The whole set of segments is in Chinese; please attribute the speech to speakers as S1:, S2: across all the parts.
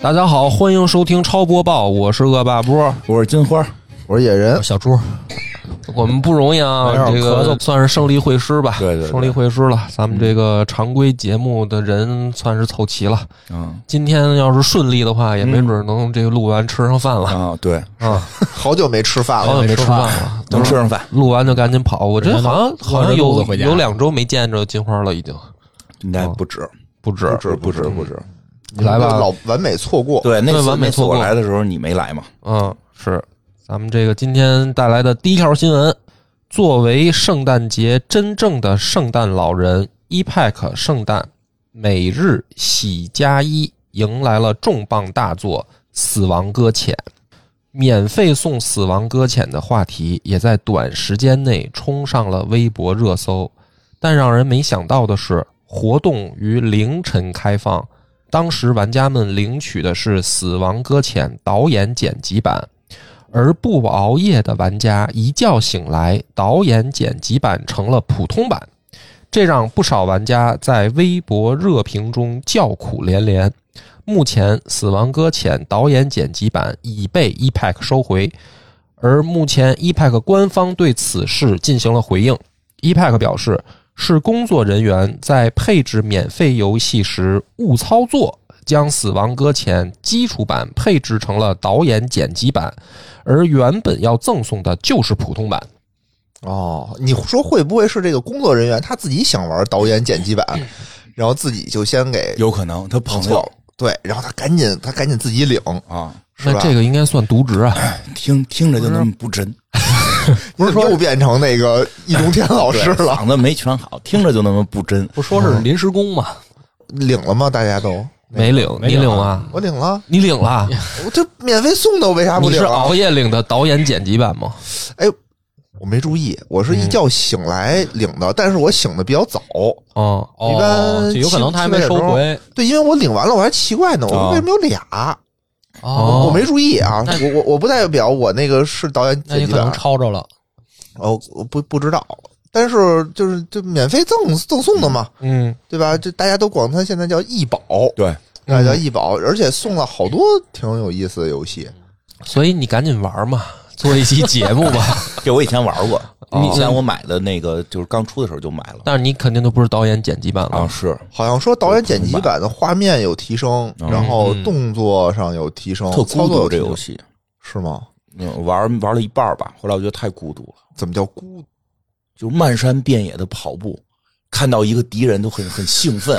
S1: 大家好，欢迎收听超播报，我是恶霸波，
S2: 我是金花，
S3: 我是野人，
S4: 小猪，
S1: 我们不容易啊，这个算是胜利会师吧，
S2: 对对对
S1: 胜利会师了，咱们这个常规节目的人算是凑齐了，
S2: 嗯
S1: 今天要是顺利的话，也没准能这个录完吃上饭了
S2: 啊，对，
S1: 啊，
S3: 好久啊没吃饭
S1: 好久
S3: 了，
S1: 没吃饭了，
S2: 能吃上饭，
S1: 录完就赶紧跑，我这好像好像
S4: 饿着肚
S1: 有
S4: 子回家
S1: 有两周没见着金花了，已经
S2: 应该不止，
S1: 不止，
S2: 止，不止，不止。
S3: 你们
S1: 来吧
S3: 老完美错过。
S2: 对，那
S1: 对
S2: 次
S1: 完美
S2: 那次
S1: 错过
S2: 我来的时候你没来嘛？
S1: 嗯，是咱们这个今天带来的第一条新闻。作为圣诞节真正的圣诞老人，EPAC 圣诞每日喜加一迎来了重磅大作《死亡搁浅》，免费送《死亡搁浅》的话题也在短时间内冲上了微博热搜。但让人没想到的是，活动于凌晨开放，当时玩家们领取的是《死亡搁浅》导演剪辑版，而不熬夜的玩家一觉醒来，导演剪辑版成了普通版，这让不少玩家在微博热评中叫苦连连。目前，《死亡搁浅》导演剪辑版已被 E EPAC 收回，而目前 E EPAC 官方对此事进行了回应。EPAC E 表示，是工作人员在配置免费游戏时误操作，将《死亡搁浅》基础版配置成了导演剪辑版，而原本要赠送的就是普通版。
S3: 哦，你说会不会是这个工作人员他自己想玩导演剪辑版，
S1: 嗯
S3: 然后自己就先给
S2: 有可能他朋友
S3: 错对，然后他赶紧他赶紧自己领，
S2: 啊，
S3: 是
S1: 那
S3: 吧？
S1: 这个应该算渎职啊！
S2: 听听着就那么不真，
S3: 不是又变成那个易中天老师
S2: 对
S3: 了？
S2: 嗓子没全好，听着就那么不真。
S4: 不说是临时工嘛？
S3: 领了吗？大家都
S1: 没领，
S4: 没
S1: 你
S4: 领啊
S1: 领啊？
S3: 我领了，
S1: 你领了？
S3: 我这免费送的，我为啥不
S1: 你
S3: 领
S1: 是
S3: 啊？哎
S1: 熬夜领的导演剪辑版吗？
S3: 我没注意，我是一觉醒来领
S1: 嗯
S3: 的，但是我醒的比较早，
S1: 哦，
S3: 一般
S4: 哦，就有可能他还没
S3: 七
S4: 收
S3: 七八
S4: 回
S3: 对，因为我领完了，我还奇怪呢，
S1: 啊
S3: 我
S2: 哦
S3: 说为什么有俩？
S1: 哦
S3: 我没注意啊，
S4: 那
S3: 我我我不代表我那个是导演
S4: 那
S3: 剪
S4: 你
S3: 辑
S4: 可能
S3: 版，
S4: 抄着了。
S3: 哦，我不不知道，但是就是就免费赠赠送的嘛，
S1: 嗯，
S3: 对吧？这大家都管它现在叫易宝，
S2: 对，
S3: 那叫易宝，而且送了好多挺有意思的游戏，
S2: 嗯
S1: 所以你赶紧玩嘛，做一期节目吧。
S2: 这我以前玩过，
S1: 哦
S2: 以前我买的那个就是刚出的时候就买了
S1: 但是你肯定都不是导演剪辑版
S2: 啊，
S1: 了。
S2: 是
S3: 好像说导演剪辑版的画面有提升，
S2: 嗯
S3: 然后动作上有提升，
S2: 特
S3: 哦操
S2: 孤
S3: 作
S2: 独
S3: 有提
S2: 这
S3: 升
S2: 游戏，
S3: 是吗？
S2: 嗯玩玩了一半儿吧，后来我觉得太孤独了，
S3: 怎么叫孤？
S2: 就漫山遍野的跑步，看到一个敌人都很很兴奋，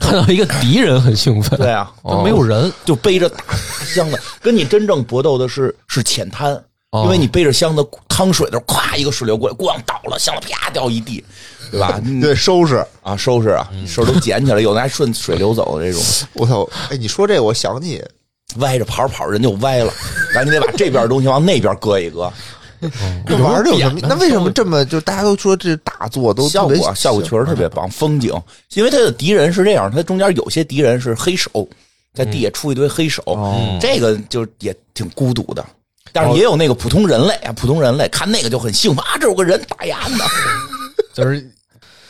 S1: 看到一个敌人很兴奋，
S2: 对啊，
S1: 哦
S4: 没有人，
S2: 就背着大箱子，跟你真正搏斗的是 是浅滩，
S1: 哦
S2: 因为你背着箱子趟水的时候，咵一个水流过来，咣倒了，箱子啪掉一地，对 吧？你
S3: 对，收拾。嗯
S2: 啊，收拾啊，手都捡起来，有的还顺水流走的这种，
S3: 我操！哎，你说这个我想起，
S2: 歪着跑着跑着人就歪了，赶紧得把这边东西往那边搁一搁，
S3: 这玩意儿有什么？那为什么这么就大家都说这大作都
S2: 效
S3: 特别
S2: 果啊效果确实特别棒，风景，因为他的敌人是这样，他中间有些敌人是黑手，在地下
S3: 嗯
S2: 出一堆黑手，
S3: 哦
S2: 这个就也挺孤独的。但是也有那个普通人类啊，普通人类看那个就很兴奋啊，这有个人打牙呢。
S4: 就是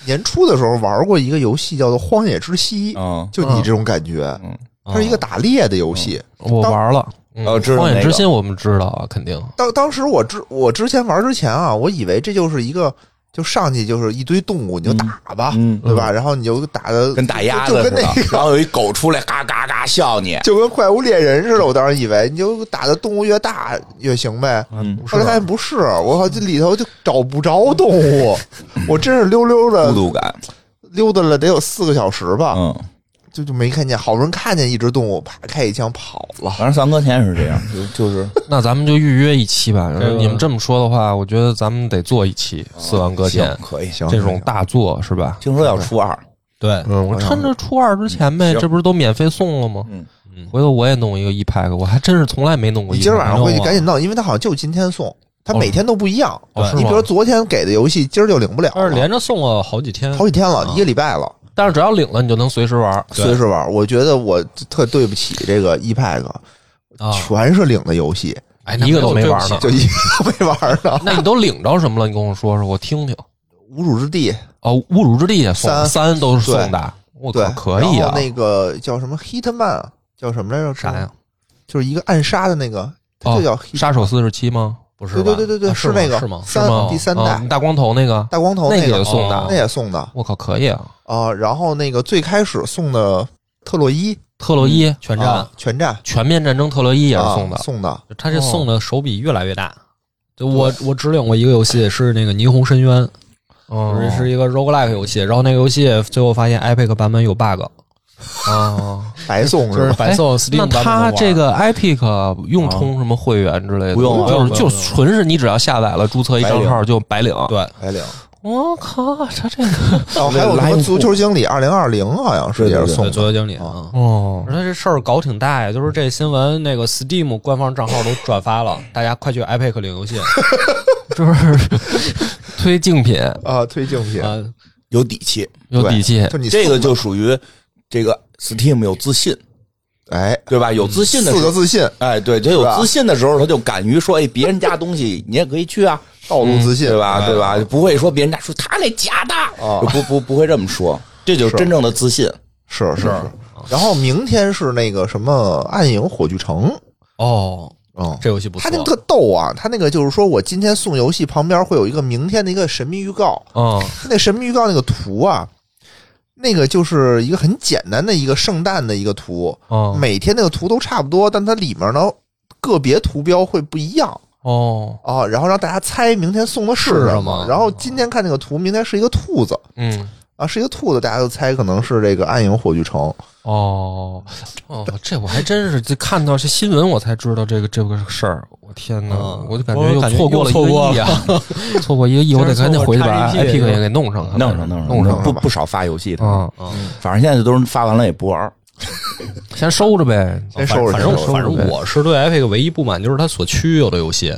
S3: 年初的时候玩过一个游戏叫做《荒野之息》，
S2: 嗯
S3: 就你这种感觉，它是一个打猎的游戏。
S1: 我玩了。嗯
S2: 哦知道
S1: 荒野
S2: 那
S1: 之
S2: 个
S1: 心我们知道啊，肯定。
S3: 当当时我之我之前玩之前啊，我以为这就是一个。就上去就是一堆动物，你就打吧，
S2: 嗯
S3: 对吧？然后你就打的
S2: 跟打鸭
S3: 就
S2: 子
S3: 就
S2: 似
S3: 跟
S2: 的
S3: 那个，
S2: 然后有一狗出来，嘎嘎嘎笑你。
S3: 就跟怪物猎人似的。我当时以为你就打的动物越大越行呗，
S2: 嗯
S3: 后来发现不是，我靠，这里头就找不着 动物，我真是溜溜
S2: 孤
S3: 的
S2: 独感，
S3: 溜达了得有四个小时吧，
S2: 嗯，
S3: 就就没看见，好不容易看见一只动物，啪开一枪跑了。
S2: 反正三哥前是这样，就就是
S1: 那咱们就预约一期吧。
S4: 这个
S1: 你们这么说的话，我觉得咱们得做一期《四万搁浅
S2: 行》可以。
S3: 行
S1: 这种大作是吧？
S2: 听说要出二，
S4: 对，
S1: 嗯，我趁着初二之前
S2: 嗯
S1: 呗，
S2: 行
S1: 这不是都免费送了吗？
S2: 嗯
S1: 回头我也弄一个一拍，我还真是从来没弄过
S3: 你
S1: 一
S3: 今儿晚
S1: 拍。
S3: 上回去赶紧弄，因为它好像就今天送，它每天都不一样。
S1: 哦是吗
S3: 你比如昨天给的游戏，今儿就领不了
S4: 但是
S3: 了，
S4: 连着送了好几天，
S3: 好几天
S1: 啊
S3: 了，一个礼拜了，
S1: 但是只要领了，你就能随时玩。
S4: 对
S3: 随时玩。我觉得我特对不起这个 ePad，
S4: 啊，
S3: 全是领的游戏，
S4: 哎，那
S1: 一个都没玩呢
S4: 对不
S3: 就一
S4: 起
S3: 个都没玩 呢。
S1: 那你都领着什么了？你跟我说说，我听听。
S3: 无主之地，
S1: 哦，侮辱之地也送
S3: 三
S1: 三都是送的，我
S3: 对
S1: 靠，，可以
S3: 然
S1: 啊
S3: 后！那个叫什么 Hitman，叫什么来着？
S4: 啥呀？？
S3: 就是一个暗杀的那个，它就叫黑
S1: 哦杀手四十七吗？
S4: 不是吧？
S3: 对对对对对，
S4: 啊是吗
S3: 那个
S4: 是吗？
S1: 是
S3: 三
S1: 吗？
S3: 第三
S1: 啊
S3: 代
S1: 大光头那个，
S3: 大光头
S1: 那
S3: 个
S1: 也送的
S4: 哦
S3: 那也送的
S1: 我靠，可以啊！
S3: 啊。然后那个最开始送的特洛伊
S1: 特洛伊
S4: 全
S3: 啊
S4: 战，
S3: 全战
S1: 全面战争特洛伊也是
S3: 啊
S1: 送的，
S3: 送的
S4: 他这送
S1: 哦
S4: 的手笔越来越大。就我我只领过一个游戏是那个《霓虹深渊》，
S1: 哦
S4: 是是一个 roguelike 游戏，然后那个游戏最后发现 Epic 版本有 bug，
S1: 啊。
S3: 白送
S4: 就是
S3: 吧？
S4: 反送 Steam
S1: 哎那
S4: 版本
S1: 他
S4: 能玩
S1: 这个 Epic 用充什么会员之类的？
S2: 不用啊
S1: 就
S4: 不用
S1: 是
S4: 不用
S1: 就
S4: 不用
S1: 纯是你只要下载了，注册一账号就白领。
S4: 对
S3: 白领，
S1: 我靠，这这个
S3: 哦，还有什么足球经理二零二零，好像是也是送
S4: 对
S3: 的
S4: 左右经理
S3: 啊
S4: 啊。
S1: 哦
S4: 我说这事儿搞挺大呀，就是这新闻那个 Steam 官方账号都转发了，大家快去 Epic 领游 戏啊、
S1: 推竞品
S3: 啊，推竞品，
S2: 有底气。
S1: 有底气，
S3: 就你
S2: 这个
S3: 送的
S2: 就属于这个 Steam 有自信，
S3: 哎，
S2: 对吧？有自信的时
S3: 四
S2: 候
S3: 个自信，
S2: 哎，对，他
S3: 是
S2: 有
S3: 吧
S2: 自信的时候，他就敢于说，哎，别人家东西你也可以 去啊，
S3: 道路自信哎
S2: 对
S1: 哎
S2: 吧？对吧？不会说别人家说他那假的，
S3: 哦
S1: 啊
S2: 就不不不会这么说，这就是
S3: 是
S2: 真正的自信。
S3: 是是是。
S2: 嗯
S3: 然后明天是那个什么暗影火炬城，
S4: 哦，
S3: 嗯，
S4: 这游戏不
S3: 他
S4: 错，
S3: 那个特逗啊，他那个就是说我今天送游戏旁边会有一个明天的一个神秘预告，
S1: 嗯
S3: 那神秘预告那个图啊，那个就是一个很简单的一个圣诞的一个图，
S4: 哦
S1: 嗯
S3: 每天那个图都差不多，但它里面呢个别图标会不一样
S1: 哦
S3: 啊，然后让大家猜明天送的是
S4: 是
S3: 什么
S4: 什么。
S3: 然后今天看那个图，明天是一个兔子
S1: 嗯
S3: 啊，是一个兔子，大家就猜可能是这个暗影火炬城。
S1: 哦哦，这我还真是就看到这新闻我才知道这个这个事儿，我天哪，
S4: 嗯
S1: 我就感
S4: 我
S1: 觉又
S4: 感觉
S1: 错过
S4: 又
S1: 了一
S4: 错过
S1: 个亿啊，错过一个亿，我得赶紧回去把
S4: 就是错
S1: IP
S4: 过 XGP
S1: 也给弄上，弄上
S2: 弄上，嗯不
S3: 吧
S2: 不少发游戏的，
S1: 啊，
S2: 反正现在都是发完了也不玩儿。
S1: 先收着呗，
S3: 先收拾
S4: 反
S3: 先
S4: 正
S3: 收拾
S4: 反正我是对 Epic 唯一不满就是它所区有的游戏，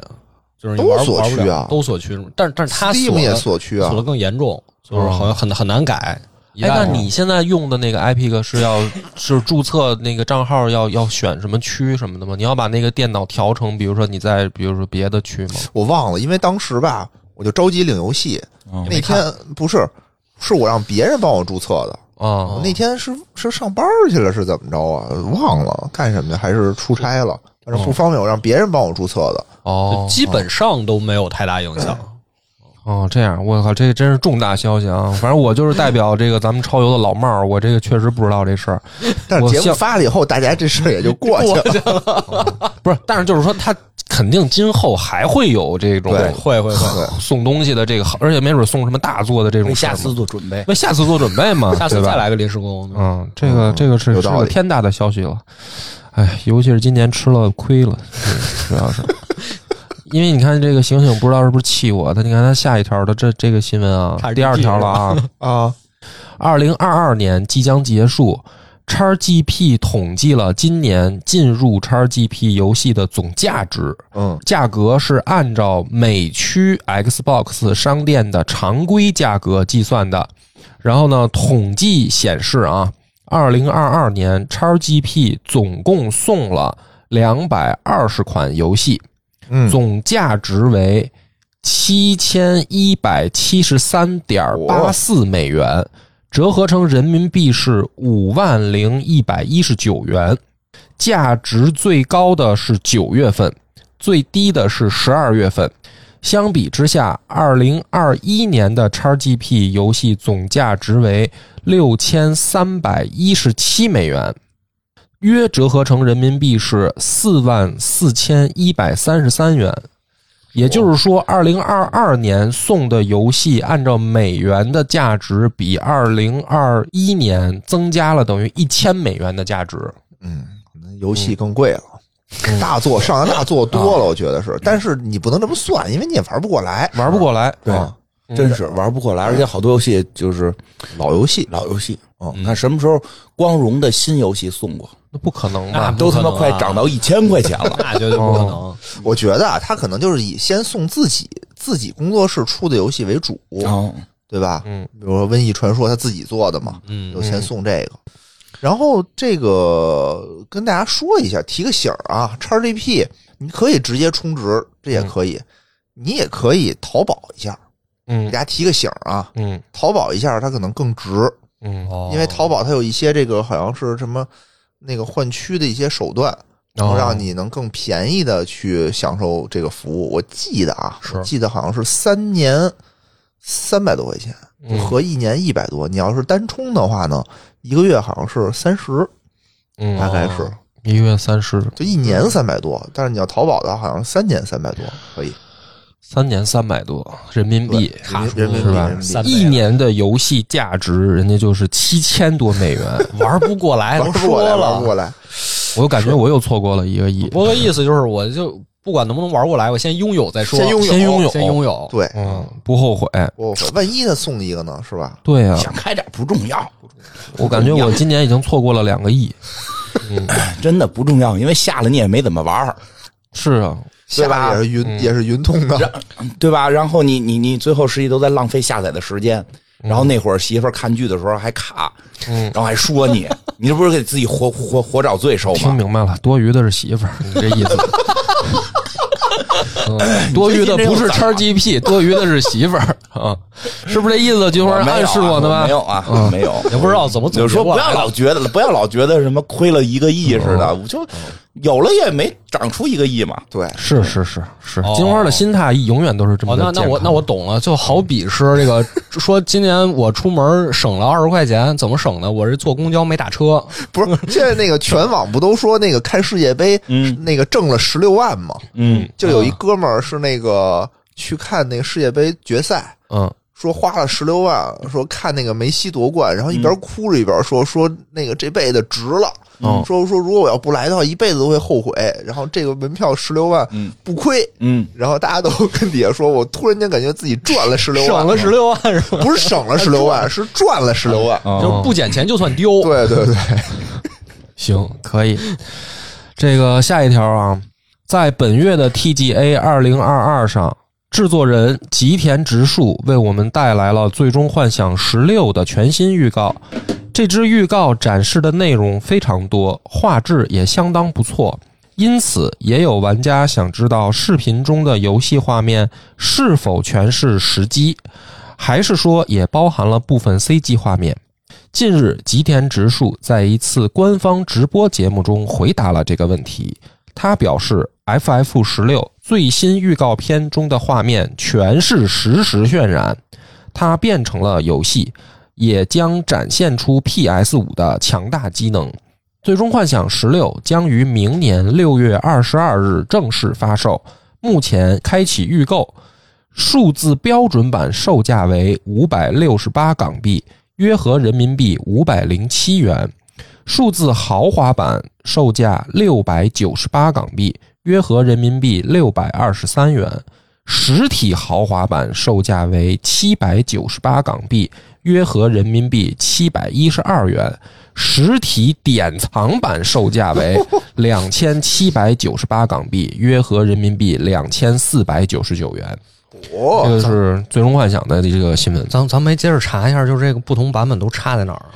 S4: 就是你
S3: 都
S4: 玩
S3: 锁
S4: 玩不
S3: 区
S4: 了
S3: 啊
S4: 都锁区，但但是它
S3: Steam
S4: 的
S3: 也锁区啊嗯
S4: 锁的，更严重，就是好像很很难改。一
S1: 哎，那
S4: 旦
S1: 你现在用的那个 Epic 是要是注册那个账号要要选什么区什么的吗？你要把那个电脑调成，比如说你在比如说别的区吗？
S3: 我忘了，因为当时吧，我就着急领游戏，
S2: 嗯
S3: 那天不是是我让别人帮我注册的。
S1: 啊
S3: 我那天是是上班去了，是怎么着啊？忘了干什么去，还是出差了？反正不方便，我让别人帮我注册的。
S1: 哦
S4: 基本上都没有太大影响。
S1: 哦，这样，我靠，这真是重大消息啊！反正我就是代表这个咱们超游的老帽儿，我这个确实不知道这事儿，
S3: 但是
S1: 我
S3: 节目
S1: 像
S3: 发了以后，大家这事儿也就过去了。
S1: 不是，但是就是说他肯定今后还会有这种
S3: 对
S4: 会会会，
S1: 送东西的这个，而且没准送什么大作的这种
S2: 为
S1: 事儿
S2: 下
S1: 嘛，
S2: 次做准备。
S1: 为下次做准备
S3: 嗯
S1: 嘛，
S4: 下
S1: 对
S4: 次
S1: 吧
S4: 再来个临时工。
S1: 嗯，这个这个是
S3: 有
S1: 是
S3: 道
S1: 个
S3: 理
S1: 天大的消息了，哎，尤其是今年吃了亏了， 主要是。因为你看这个醒醒，不知道是不是气我，他你看他下一条的这这个新闻啊
S4: 差，点
S1: 第二条了啊，
S3: 啊，
S1: 二零二二年即将结束，XGP 统计了今年进入 XGP 游戏的总价值，
S3: 嗯，
S1: 价格是按照每区 Xbox 商店的常规价格计算的。然后呢，统计显示啊，二零二二年 XGP 总共送了两百二十款游戏，
S3: 嗯
S1: 总价值为七千一百七十三点八四美元，折合成人民币是五万零一百一十九元。价值最高的是九月份，最低的是十二月份。相比之下，二零二一年的 XGP 游戏总价值为六千三百一十七美元，约折合成人民币是四万四千一百三十三元。也就是说，二零二二年送的游戏按照美元的价值，比二零二一年增加了等于一千美元的价值。
S3: 游戏更贵了，大作上的大作多了，我觉得是。但是你不能这么算，因为你也玩不过来。
S1: 玩不过来。
S2: 对
S3: 啊
S1: 嗯
S2: 真是玩不过来，而且好多游戏就是老游戏，老游戏。嗯，你看什么时候光荣的新游戏送过，
S1: 那不可能
S4: 那
S1: 吧？
S4: 不
S2: 都
S4: 可
S2: 他
S4: 能啊
S2: 妈快涨到一千块钱 了。
S4: 那绝对不可能。
S3: 我觉得啊，他可能就是以先送自己自己工作室出的游戏为主，
S2: 哦，
S3: 对吧？
S1: 嗯，
S3: 比如说《瘟疫传说》，他自己做的嘛，
S4: 嗯
S3: 就先送这个。然后这个跟大家说一下，提个醒儿啊，XGP 你可以直接充值，这也可以，你也可以淘宝一下，给
S1: 嗯
S3: 大家提个醒儿啊，
S1: 嗯
S3: 淘宝一下它可能更值，
S1: 嗯
S4: 哦
S3: 因为淘宝它有一些这个好像是什么那个换区的一些手段，然
S1: 哦
S3: 后让你能更便宜的去享受这个服务。我记得啊，
S1: 是
S3: 我记得好像是三年三百多块钱，
S1: 嗯
S3: 合一年一百多。你要是单充的话呢，一个月好像是三十，
S1: 嗯，
S3: 大概是
S1: 一个月三十，
S4: 哦
S3: 就一年三百多。但是你要淘宝的，好像三年三百多可以。
S1: 三年三百多人民币，
S3: 人民人民币
S1: 是吧
S3: 人民币
S4: 三百
S1: 一年的游戏价值人家就是七千多美元，
S4: 玩不过来，
S3: 玩
S4: 都
S3: 不过
S4: 说
S3: 来，玩
S4: 了
S3: 不。过来。
S1: 我感觉我又错过了一个亿。
S4: 我的意思就是，我就不管能不能玩过来，我先拥有再说，
S3: 先拥有
S4: 先拥有，
S1: 先
S4: 先
S1: 拥
S4: 拥有。
S3: 对，
S1: 嗯，不后悔。
S3: 我万一他送一个呢，是吧？
S1: 对呀、
S2: 哦想开点不重要，
S1: 我感觉我今年已经错过了两个亿。
S2: 真的不重要，因为下了你也没怎么玩儿，
S1: 是啊，
S3: 对
S2: 对
S3: 吧？
S2: 吧
S3: 也？是云、
S1: 嗯
S3: 也是云通的，
S2: 对吧？然后你你你最后实际都在浪费下载的时间。然后那会儿媳妇儿看剧的时候还卡，
S1: 嗯
S2: 然后还 说你，你这不是给自己活活活找罪受
S1: 听
S2: 吗？
S1: 明白了，多余的是媳妇儿，你这意思。嗯、多余的不是 叉 GP，多余的是媳妇儿啊，是不是这意思？就是
S2: 我没有啊
S1: 暗示呢吧？
S2: 没有啊，
S1: 嗯
S2: 没有，
S4: 也不知道怎么总
S2: 有时
S4: 结
S2: 候
S4: 过
S2: 不要
S4: 来。
S2: 老觉得，不要老觉得什么亏了一个亿似的，
S1: 哦
S2: 我就有了也没长出一个亿嘛。
S3: 对，
S1: 是是是是
S4: 哦，
S1: 金花的心态永远都是这么
S4: 哦，
S1: 的
S4: 那那我
S1: 健康
S4: 那我懂了，就好比是这 个，说今年我出门省了二十块钱，怎么省的？我是坐公交没打车，
S3: 不是现在那个全网不都说那个看世界杯，
S2: 嗯
S3: 那个挣了十六万吗？
S2: 嗯，
S3: 就有一哥们儿是那个去看那个世界杯决赛，
S1: 嗯
S3: 说花了十六万，说看那个梅西夺冠，然后一边哭着一边说说那个这辈子值了。
S1: 嗯
S3: 说说如果我要不来的话，一辈子都会后悔。然后这个门票十六万，
S2: 嗯
S3: 不亏。
S2: 嗯，
S3: 然后大家都跟底下说，我突然间感觉自己赚了十六万，
S4: 省了十六万是吧？
S3: 不是省了十六万，是赚了十六万。
S1: 哦
S2: 哦
S4: 就是不捡钱就算丢。
S3: 对对对，
S1: 行，可以。 这个下一条啊，在本月的 TGA 二零二二上，制作人吉田直树为我们带来了《最终幻想十六》的全新预告。这支预告展示的内容非常多，画质也相当不错，因此也有玩家想知道视频中的游戏画面是否全是实机，还是说也包含了部分 CG 画面。近日，吉田直树在一次官方直播节目中回答了这个问题。他表示，《FF 十六》最新预告片中的画面全是实时渲染，它变成了游戏，也将展现出 PS 五的强大机能。最终幻想十六将于明年六月二十二日正式发售，目前开启预购，数字标准版售价为五百六十八港币，约合人民币五百零七元；数字豪华版售价六百九十八港币，约合人民币六百二十三元；实体豪华版售价为七百九十八港币，约合人民币七百一十二元；实体典藏版售价为两千七百九十八港币，约合人民币两千四百九十九元。这
S3: 哦，
S1: 个是《最终幻想》的这个新闻。
S4: 咱咱没接着查一下，就这个不同版本都差在哪儿？啊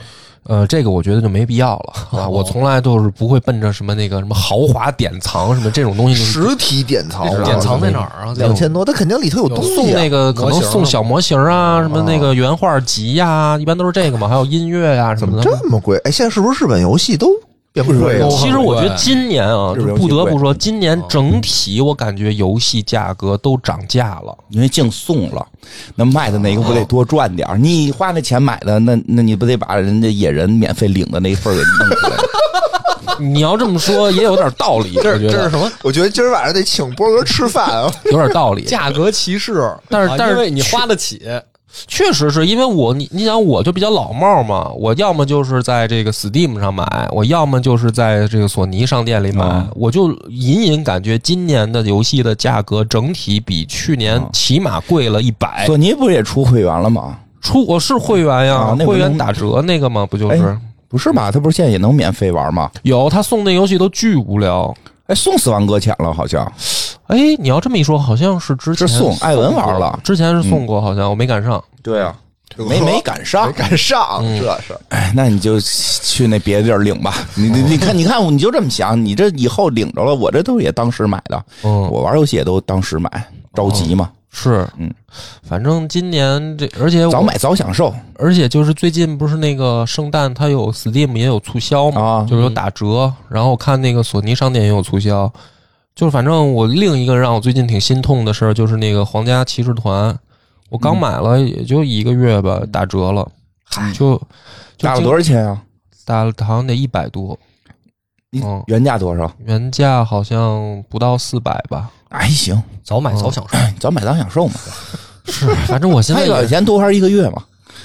S1: 呃，这个我觉得就没必要了啊！我从来都是不会奔着什么那个什么豪华典藏什么这种东西，就是
S3: 实体典藏
S1: 是，吧
S4: 典藏在哪儿啊？
S3: 两千多，它肯定里头有东
S1: 送
S3: 西啊
S1: 那。个可能
S4: 模型
S1: 送小模型啊，什么那个原画集呀、一般都是这个嘛，还有音乐呀、什
S3: 怎
S1: 么
S3: 么
S1: 的。
S3: 这么贵？哎，现在是不是日本游戏都变贵了
S4: 不？是
S1: 其实我觉得今年啊，
S2: 日本
S1: 就
S2: 游
S1: 不
S2: 戏
S1: 得不说，今年整体我感觉游戏价格都涨价了。
S2: 因为净送了，那卖的那个不得多赚点儿？你花那钱买的，那那你不得把人家野人免费领的那一份儿给弄出来？
S1: 你要这么说也有点道理，我觉
S4: 这是
S1: 得
S4: 什么？
S3: 我觉得今儿晚上得请波哥吃 饭啊！
S1: 有点道理。
S4: 价格歧视，
S1: 但是
S4: 啊
S1: 但是
S4: 因为你花得起，
S1: 确实是因为我，你你想，我就比较老帽嘛，我要么就是在这个 Steam 上买，我要么就是在这个索尼商店里买，
S2: 嗯
S1: 我就隐隐感觉今年的游戏的价格整体比去年
S2: 嗯
S1: 起码贵了一百、
S2: 索尼不是也出会员了吗？
S1: 出我是会员呀，
S2: 啊那不
S1: 会员
S2: 能
S1: 打折那个嘛，不就是、
S2: 哎不是吧？他不是现在也能免费玩吗？
S1: 有他送那游戏都巨无聊。
S2: 哎，送死亡搁浅了，好像
S1: 哎，你要这么一说，好像是之前
S2: 是送艾文玩了嗯
S1: 之前是送过，好像我没赶上。
S2: 对啊，没没赶上
S3: 没。赶上，
S4: 嗯
S3: 这是
S2: 哎，那你就去那别的地儿领 吧。你你你看，你看，你就这么想，你这以后领着了，我这都是也当时买的，
S1: 嗯，
S2: 我玩游戏也都当时买，着急嘛。
S1: 是，
S2: 嗯，
S1: 反正今年这，而且我
S2: 早买早享受
S1: 而且就是最近不是那个圣诞，它有 Steam 也有促销嘛，
S2: 啊！
S1: 就是有打折。然后看那个索尼商店也有促销。就是反正我另一个让我最近挺心痛的事儿，就是那个皇家骑士团，我刚买了也就一个月吧，打折了，
S2: 嗨，
S1: 就就
S2: 嗯打了多少钱啊？
S1: 打了好像得一百多，
S2: 你
S1: 嗯
S2: 原价多少？
S1: 原价好像不到四百吧。
S2: 还哎行，
S4: 早买早享受。
S2: 早买早享受嘛，
S1: 是，反正我现在
S2: 花一百块
S1: 也
S2: 钱多玩一个月嘛。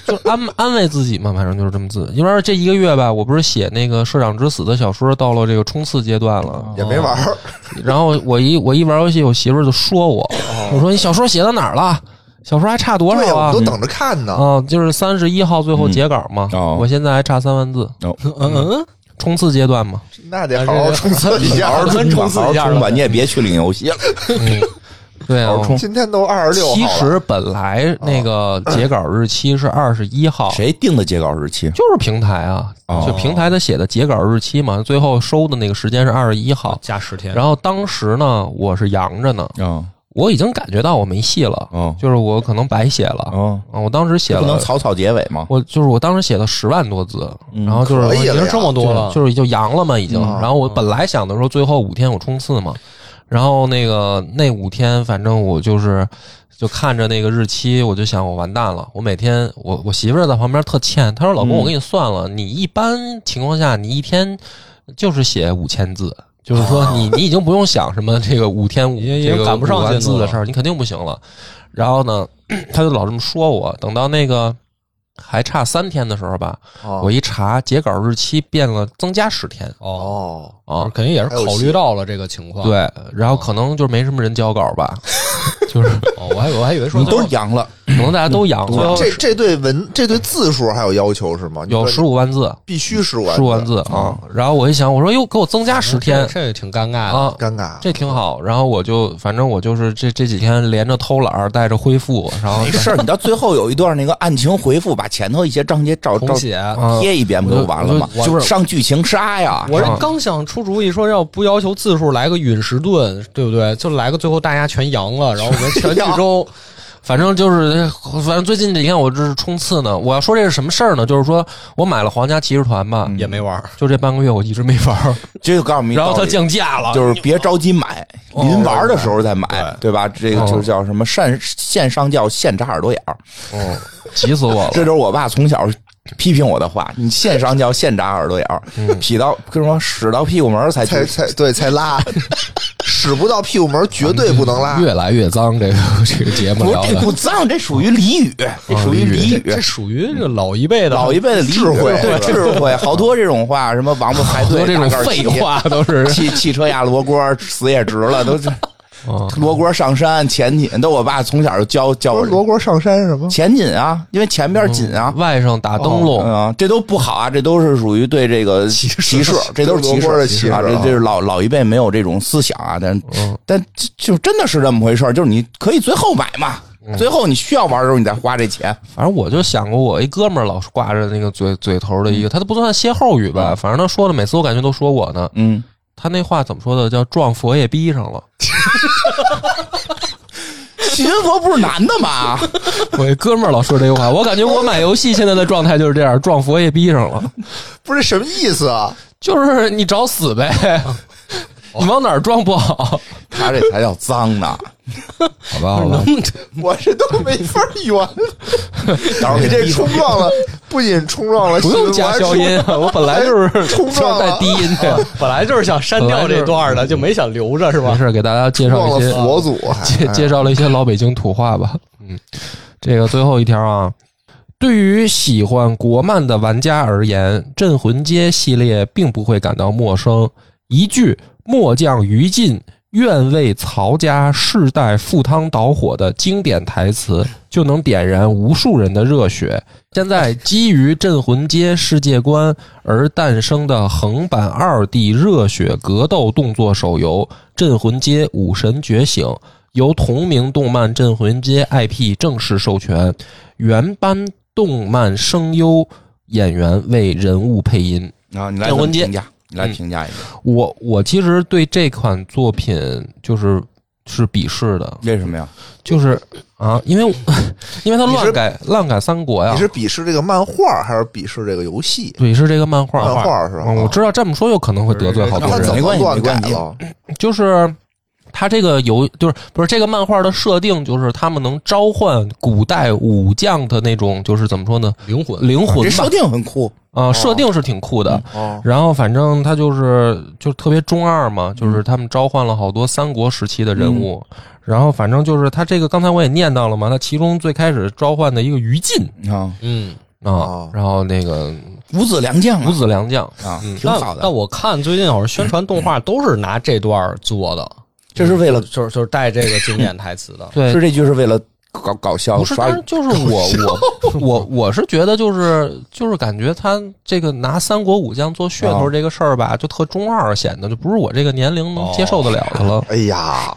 S1: 就安安慰自己嘛，反正就是这么自。因为这一个月吧，我不是写那个《社长之死》的小说到了这个冲刺阶段了，
S3: 也没玩
S4: 哦
S3: 儿，
S1: 然后我一我一玩游戏，我媳妇儿就说我，我说你小说写到哪儿了？小说还差多
S3: 对，
S1: 少
S3: 我
S1: 啊
S3: 们都？等着看呢。
S1: 啊，就是三十一号最后截稿嘛
S2: 嗯哦，
S1: 我现在还差三万字，
S4: 嗯，
S1: 冲刺阶 段嘛。
S3: 那得好好冲刺一
S2: 好
S4: 啊
S2: 好 冲
S3: 下。
S2: 吧，
S4: 冲刺
S2: 好好
S4: 一下
S2: 冲吧，
S4: 了
S2: 你也别去领游戏了。
S1: 嗯，对啊
S2: 好好，冲
S3: 今天都二十六
S1: 其
S3: 号了，
S1: 实本来那个截稿日期是二十一号，
S2: 谁定的截稿日期？
S1: 就是平台啊，
S2: 哦
S1: 就平台它写的截稿日期嘛，最后收的那个时间是二十一
S2: 哦
S1: 号。
S4: 加十天，
S1: 然后当时呢，我是阳着呢，
S2: 嗯
S1: 我已经感觉到我没戏了，
S2: 嗯
S1: 就是我可能白写了。
S2: 嗯，
S1: 啊我当时写
S2: 不能
S1: 了，
S2: 草草结尾吗？
S1: 我就是我当时写了十万多字，
S2: 嗯
S1: 然后就是
S3: 可以啊了呀
S4: 已经这么多了，
S1: 就是就阳了嘛，已经。
S3: 嗯
S1: 然后我本来想的说最后五天我冲刺嘛，然后那个那五天反正我就是就看着那个日期，我就想我完蛋了。我每天我我媳妇儿在旁边特欠，她说老公
S2: 嗯
S1: 我给你算了，你一般情况下你一天就是写五千字。就是说 你，你已经不用想什么这个五天五
S4: 已经已
S1: 这
S4: 经
S1: 个
S4: 赶不上
S1: 五万
S4: 进度
S1: 字的
S4: 了
S1: 事儿，你肯定不行了。然后呢， 她就老这么说我。等到那个还差三天的时候吧，
S3: 啊
S1: 我一查截稿日期变了，增加十天
S4: 哦，
S3: 哦，
S1: 啊。
S4: 肯定也是考虑到了这个情况。，
S1: 对，然后可能就没什么人交稿吧，
S4: 哦，我还我还以为说
S2: 你都 阳了，
S1: 可能大家都阳
S2: 多
S1: 了。
S3: 这这对文这对字数还有要求是吗？你
S1: 有
S3: 说
S1: 十五万字，
S3: 必须十五
S1: 十五万字啊！然后我一想，我说哟，给我增加十天
S4: 这也挺尴尬的。
S1: 啊，
S3: 尴尬。
S1: 这挺好。然后我就反正我就是这这几天连着偷懒儿，带着恢复，然后
S2: 没事儿，你到最后有一段那个案情回复，把前头一些章节照照
S4: 重写，
S1: 啊
S2: 贴一遍不就完了吗？
S1: 我就我就是
S2: 上剧情杀呀！
S4: 我这刚想出主意说，要不要求字数来个陨石盾，对不对？就来个最后大家全阳了，然后我们全剧 终。
S1: 反正就是，反正最近这几天我这是冲刺呢。我要说这是什么事儿呢？就是说我买了皇家骑士团吧，
S4: 也没玩儿，
S1: 就这半个月我一直没玩儿，
S2: 这就告诉你，
S1: 然后啊它降价了，
S2: 就是别着急买，临玩的时候再买，对吧？这个
S1: 哦
S2: 就叫什么善线上叫线扎耳朵眼儿，
S1: 哦，急死我了。
S2: 这就是我爸从小批评我的话。你线上叫线扎耳朵眼儿，
S1: 嗯
S2: 劈到跟什么使到屁股门儿才
S3: 才才对才 拉，使不到屁股门儿绝对不能拉。
S1: 嗯越来越脏，啊这个这个节目
S2: 不是
S1: 聊哦
S2: 这
S1: 的
S2: 不脏，这属于俚语，这属于俚语
S4: 这。属于这老一辈的
S2: 老一辈的俚语
S3: 智慧
S2: 对智慧，好多这种话，什么王八排
S1: 多
S2: 队，
S1: 这种
S2: 大个儿
S1: 废
S2: 骑
S1: 话都是
S2: 汽汽车压罗锅，死也值了， 都是
S1: 嗯
S2: 罗锅上山前紧，都我爸从小就教教
S3: 不
S2: 我
S3: 是罗锅上山是什么？
S2: 前紧啊，因为前边紧啊。
S1: 外甥打灯笼，
S2: 嗯，这都不好啊，这都是属于对这个歧视，这都是歧
S3: 罗锅
S2: 视
S3: 的歧视
S2: 啊，
S3: 啊
S2: 这这是老老一辈没有这种思想啊，但
S1: 哦
S2: 但就就真的是这么回事儿就是你可以最后买嘛，
S1: 嗯
S2: 最后你需要玩的时候你再花这钱，
S1: 反正我就想过，我一哥们儿老是挂着那个嘴嘴头的一个，他都不算歇后语吧，反正他说的，每次我感觉都说我呢。
S2: 嗯，
S1: 他那话怎么说的？叫撞佛爷逼上了。
S2: 秦佛不是男的吗？
S1: 我一哥们儿老说这 个话，我感觉我买游戏现在的状态就是这样，撞佛爷逼上了，
S3: 不是什么意思啊？
S1: 就是你找死呗，你往哪儿撞不好？
S2: 他这才叫脏呢，
S1: 好吧，好吧，
S3: 我这都没法圆。 到时候你这冲撞了，不仅冲撞了，
S1: 不用加消音，啊，我本来就是
S3: 冲
S1: 就是
S3: 撞了
S1: 带低音的。
S4: 哦本来就是想删掉这段
S1: 嗯
S4: 的，就没想留着是
S1: 没
S4: 吧？
S1: 事，给大家介
S3: 冲
S1: 绍
S3: 撞
S1: 一些啊
S3: 了佛祖，
S1: 介介绍了一些老北京土话吧。嗯，这个最后一条啊，对于喜欢国漫的玩家而言，《镇魂街》系列并不会感到陌生。一句“末将于禁，愿为曹家世代赴汤蹈火”的经典台词，就能点燃无数人的热血。现在基于《镇魂街》世界观而诞生的横版二 D 热血格斗动作手游《镇魂街：武神觉醒》，由同名动漫《镇魂街》IP 正式授权，原班动漫声优演员为人物配音。
S2: 啊，你来
S1: 郑文杰嗯
S2: 评价，你来评价一下，
S1: 我我其实对这款作品就是是鄙视的，
S2: 为什么呀？
S1: 就是啊，因为因为他
S3: 你是
S1: 乱改乱改三国呀
S3: 你，是鄙视这个漫画，还是鄙视这个游戏？
S1: 对，是这个漫画
S3: 漫画是吧？
S1: 嗯我知道这么说有可能会得罪好
S3: 那
S1: 多
S3: 他
S1: 人
S3: 怎
S2: 没，
S3: 么
S2: 关系
S3: 乱
S2: 没
S3: 改
S2: 关系
S3: 了？
S1: 嗯就是它这个游就是不是这个漫画的设定，就是他们能召唤古代武将的那种，就是怎么说呢，
S4: 灵魂
S1: 灵魂
S2: 这
S1: 吧
S2: 设，定很酷，
S1: 啊、设定是挺酷的。
S3: 哦，
S1: 然后反正他就是就特别中二嘛，就是他们召唤了好多三国时期的人物，然后反正就是他这个刚才我也念到了嘛，他其中最开始召唤的一个于禁
S2: 啊，
S4: 嗯，
S1: 啊
S3: 哦，
S1: 然后那个
S2: 五子良将啊
S1: 五子嗯良将，。
S2: 啊，挺
S4: 但
S2: 好的
S4: 但。我看最近好像宣传动画都是拿这段儿做的，
S2: 这是为了
S4: 就是就是带这个经典台词的
S1: 对
S2: 是，这句是为了搞搞笑
S1: 不是，
S2: 刷
S1: 但是 就
S2: 语
S1: 是我我我我是觉得就是就是感觉他这个拿三国武将做噱头
S2: 啊
S1: 这个事儿吧，就特中二，显得就不是我这个年龄能接受得了的
S2: 哦
S1: 了。
S3: 哎呀，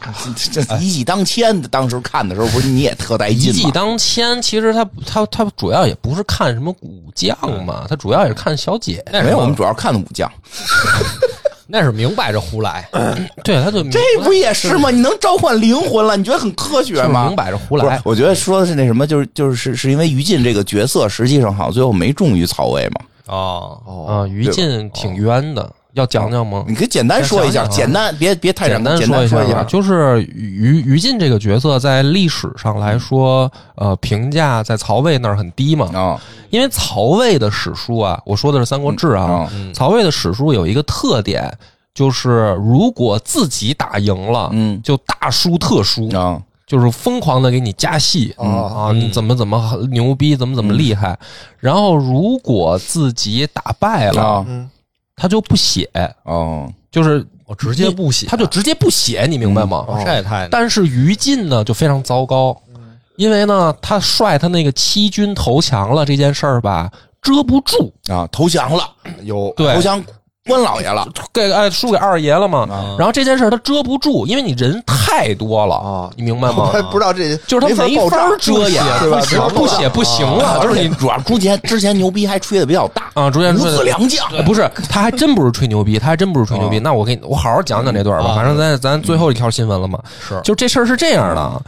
S2: 这这一骑当千，当时看的时候不是你也特带
S1: 一
S2: 劲
S1: 骑
S2: 吗？
S1: 当千，其实他他他主要也不是看什么武将嘛，他主要也是看小姐。
S4: 那
S2: 嗯没
S4: 是
S2: 有，我们主要看的武将，
S1: 嗯
S4: 那是明摆着胡来，
S1: 对，他就明
S2: 这不也是吗？你能召唤灵魂了，你觉得很科学
S1: 就是
S2: 吗
S1: 明？摆着胡
S2: 不是
S1: 来，。
S2: 我觉得说的是那什么，就是就是是是因为于禁这个角色，实际上好像最后没中于曹魏嘛。
S4: 哦，
S1: 啊，
S3: 哦，
S1: 于禁挺冤的，要讲讲吗？
S2: 哦你可以简单说一
S1: 讲
S2: 下，
S1: 讲啊
S2: 简单，别别太
S1: 简单
S2: 简单
S1: 一
S2: 说一
S1: 吧，
S2: 下。
S1: 就是于于禁这个角色在历史上来说，呃，评价在曹魏那儿很低嘛，
S2: 啊
S1: 因为曹魏的史书啊，我说的是《三国志》啊，
S2: 啊
S4: 嗯
S1: 曹魏的史书有一个特点，就是如果自己打赢了，
S2: 嗯
S1: 就大书特书，
S2: 啊
S1: 就是疯狂的给你加戏、
S2: 嗯
S1: 啊，
S4: 嗯
S1: 你怎么怎么牛逼，怎么怎么厉害。然后如果自己打败了，
S2: 啊
S3: 嗯，
S1: 他就不写，
S2: 哦，
S1: 就是
S4: 我直接不写，嗯
S1: 他就直接不写，你明白
S2: 嗯
S1: 吗？
S4: 这也太
S1: 但是于禁呢就非常糟糕，
S4: 嗯
S1: 因为呢他率他那个七军投降了这件事儿吧遮不住，
S2: 啊，投降了，
S3: 有
S1: 对
S2: 投降关老爷了，
S1: 给哎输给二爷了嘛。
S4: 嗯
S1: 然后这件事儿他遮不住，因为你人太多了，
S3: 啊
S1: 你明白吗？
S3: 他不知道这
S1: 就是他
S3: 没
S1: 没
S3: 法
S1: 法
S3: 爆炸
S1: 遮掩，
S3: 对
S1: 不？
S3: 吧没法
S1: 行，
S3: 爆
S1: 不
S3: 炸啊
S1: 写不行了，
S2: 啊而
S1: 就是
S2: 且
S1: 你
S2: 主要之前之前牛逼还吹的比较大
S1: 啊，朱元
S2: 五
S1: 顺
S2: 子良将
S1: 哎不是，他还真不是吹牛逼，他还真不是吹牛逼。
S3: 啊
S2: 哦
S1: 那我给你，我好好讲讲这段
S3: 嗯
S1: 吧，
S4: 啊
S1: 反正咱咱最后一条新闻了嘛。
S4: 是
S1: 就这事儿是这样的啊，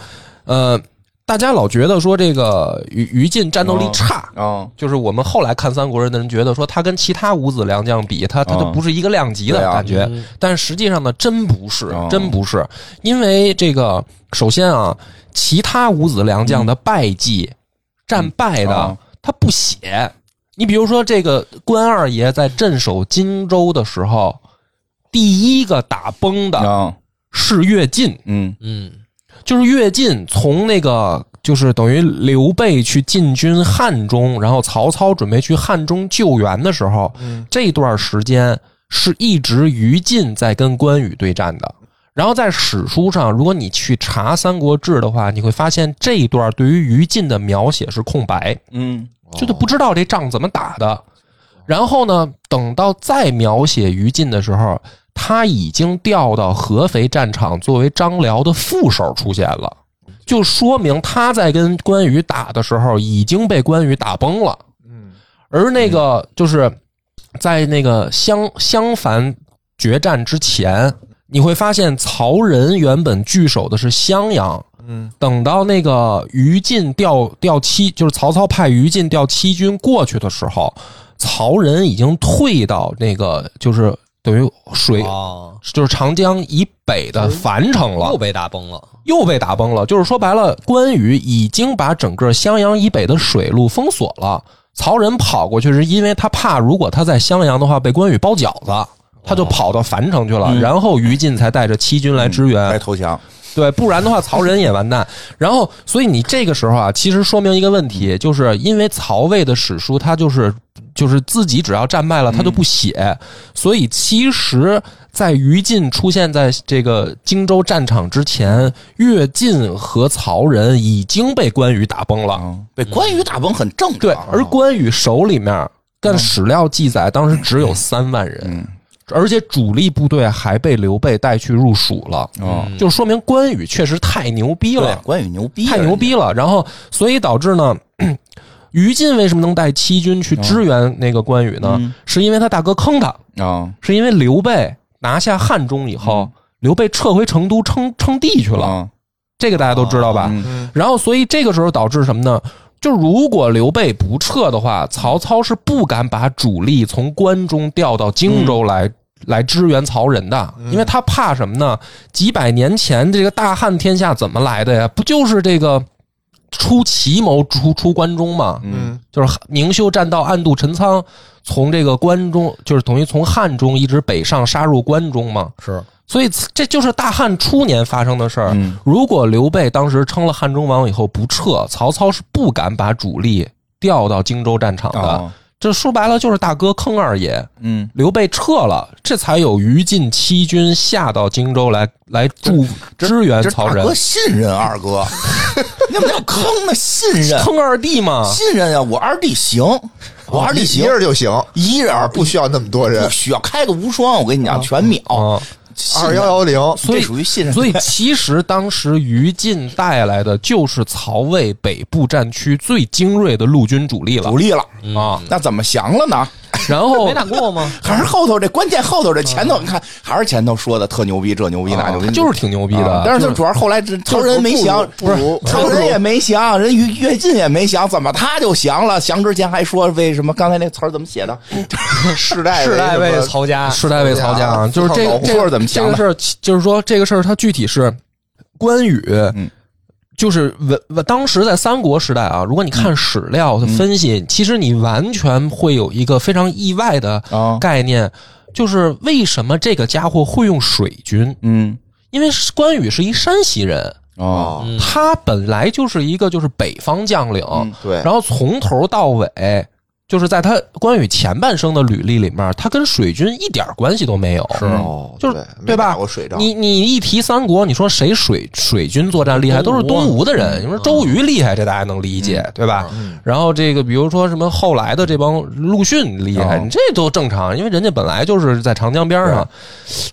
S1: 呃，大家老觉得说这个于于禁战斗力差。
S2: 啊，
S1: 就是我们后来看三国人的人觉得说他跟其他五子良将比，他他就
S2: 哦
S1: 不是一个量级的
S2: 对啊
S1: 感觉，
S4: 嗯
S1: 但实际上呢，真不是
S2: 哦，
S1: 真不是，因为这个首先啊，其他五子良
S2: 嗯
S1: 将的败绩、战败的、
S2: 哦
S1: 他不写，你比如说这个关二爷在镇守荆州的时候，第一个打崩的
S2: 啊，
S1: 是乐进，
S2: 嗯
S4: 嗯
S1: 就是乐进从那个就是等于刘备去进军汉中，然后曹操准备去汉中救援的时候，这段时间是一直于禁在跟关羽对战的。然后在史书上，如果你去查《三国志》的话，你会发现这一段对于于禁的描写是空白，
S2: 嗯
S1: 就他不知道这仗怎么打的。然后呢，等到再描写于禁的时候，他已经调到合肥战场作为张辽的副手出现了，就说明他在跟关羽打的时候已经被关羽打崩了。
S3: 嗯，
S1: 而那个就是在那个襄襄樊决战之前，你会发现曹仁原本据守的是襄阳，
S3: 嗯，
S1: 等到那个于禁调调七，就是曹操派于禁调七军过去的时候，曹仁已经退到那个就是等于水。
S3: 啊
S4: 哦，
S1: 就是长江以北的樊城了
S4: 又，被打崩了，
S1: 又被打崩了。就是说白了，关羽已经把整个襄阳以北的水路封锁了。曹仁跑过去是因为他怕，如果他在襄阳的话被关羽包饺子，他就跑到樊城去了。
S2: 嗯哎
S1: 然后于禁才带着七军来支援。
S2: 该投降，
S1: 对，不然的话曹仁也完蛋。然后，所以你这个时候啊，其实说明一个问题，就是因为曹魏的史书他就是就是自己只要战败了，他就不写，所以其实，在于禁出现在这个荆州战场之前，乐进和曹仁已经被关羽打崩了。啊
S2: 啊，被关羽打崩很正常，
S1: 嗯
S2: 啊
S1: 对，而关羽手里面，但史料记载当时只有三万人，
S2: 嗯
S1: 而且主力部队还被刘备带去入蜀了。
S2: 啊，
S1: 就说明关羽确实太牛逼
S2: 对
S1: 了，，
S2: 关羽牛逼，
S1: 太牛，逼了。然后，所以导致呢， 于禁为什么能带七军去支援那个关羽呢？
S2: 嗯
S1: 是因为他大哥坑他，
S2: 啊
S1: 是因为刘备拿下汉中以后，刘备撤回成都称称帝去了，
S2: 啊
S1: 这个大家都知道吧？
S2: 嗯
S3: 嗯
S1: 然后，所以这个时候导致什么呢？就如果刘备不撤的话，曹操是不敢把主力从关中调到荆州来、来支援曹仁的，因为他怕什么呢？几百年前这个大汉天下怎么来的呀？不就是这个出奇谋出出关中吗？
S3: 嗯
S1: 就是明修栈道，暗度陈仓，从这个关中，就是等于从汉中一直北上杀入关中嘛。
S4: 是
S1: 所以这就是大汉初年发生的事儿。
S2: 嗯
S1: 如果刘备当时称了汉中王以后不撤，曹操是不敢把主力调到荆州战场的。
S2: 哦
S1: 这说白了就是大哥坑二爷。
S2: 嗯，
S1: 刘备撤了，这才有于禁七军下到荆州来来助支援
S2: 这
S1: 曹
S2: 大
S1: 仁
S2: 哥，信任 二哥，你怎么叫坑呢？信任，
S1: 坑啊哦二弟嘛。
S2: 信任呀！我二弟行，我二弟
S3: 一
S2: 行，
S3: 人就行，
S2: 一人
S3: 不需要那么 多人
S2: 不。需要开个无双，我跟你讲，全秒
S1: 啊，
S2: 信
S3: 二
S2: 任
S3: 幺幺零，
S1: 所以
S2: 这属于信任
S1: 所以 其实当时于禁带来的就是曹魏北部战区最精锐的陆军主力了
S2: 主力了，
S1: 啊。
S2: 那怎么降了呢？
S1: 然后
S4: 没打过吗？
S2: 还是后头这关键后头这前头，你看还是前头说的特牛逼，这牛逼那牛逼，
S1: 他啊就是挺牛逼的
S2: 啊，但是就主要后来这
S3: 就
S2: 超人没降，
S3: 不如
S2: 超人也没降，人于跃进也没降，怎么他就降了？降之前还说为什么？刚才那词儿怎么写的？
S3: 世代
S4: 世代
S3: 为
S4: 为
S3: 什么
S4: 曹家，
S1: 世代为曹家啊，
S3: 啊
S1: 就是这
S3: 靠
S1: 个
S3: 老
S1: 这
S2: 胡
S1: 个
S2: 是怎么
S1: 这
S2: 想
S1: 个
S2: 的
S1: 事儿，就是说这个事儿，它具体是关羽，
S2: 嗯
S1: 就是文文当时在三国时代啊，如果你
S2: 嗯
S1: 看史料的分析，其实你完全会有一个非常意外的
S2: 啊，
S1: 概念，就是为什么这个家伙会用水军？
S2: 嗯，
S1: 因为是关羽是一山西人，
S2: 哦，
S3: 啊，
S1: 他本来就是一个就是北方将领，
S2: 嗯
S3: 对，
S1: 然后从头到尾。就是在他关羽前半生的履历里面，他跟水军一点关系都没有。是
S3: 哦，
S1: 就是对
S3: 没
S1: 吧
S3: 打过水仗，
S1: 你你一提三国，你说谁水水军作战厉害，都是东吴的人。你说周瑜厉害，这大家能理解，对吧？然后这个比如说什么后来的这帮陆逊厉害，
S2: 哦
S1: 你这都正常，因为人家本来就是在长江边上。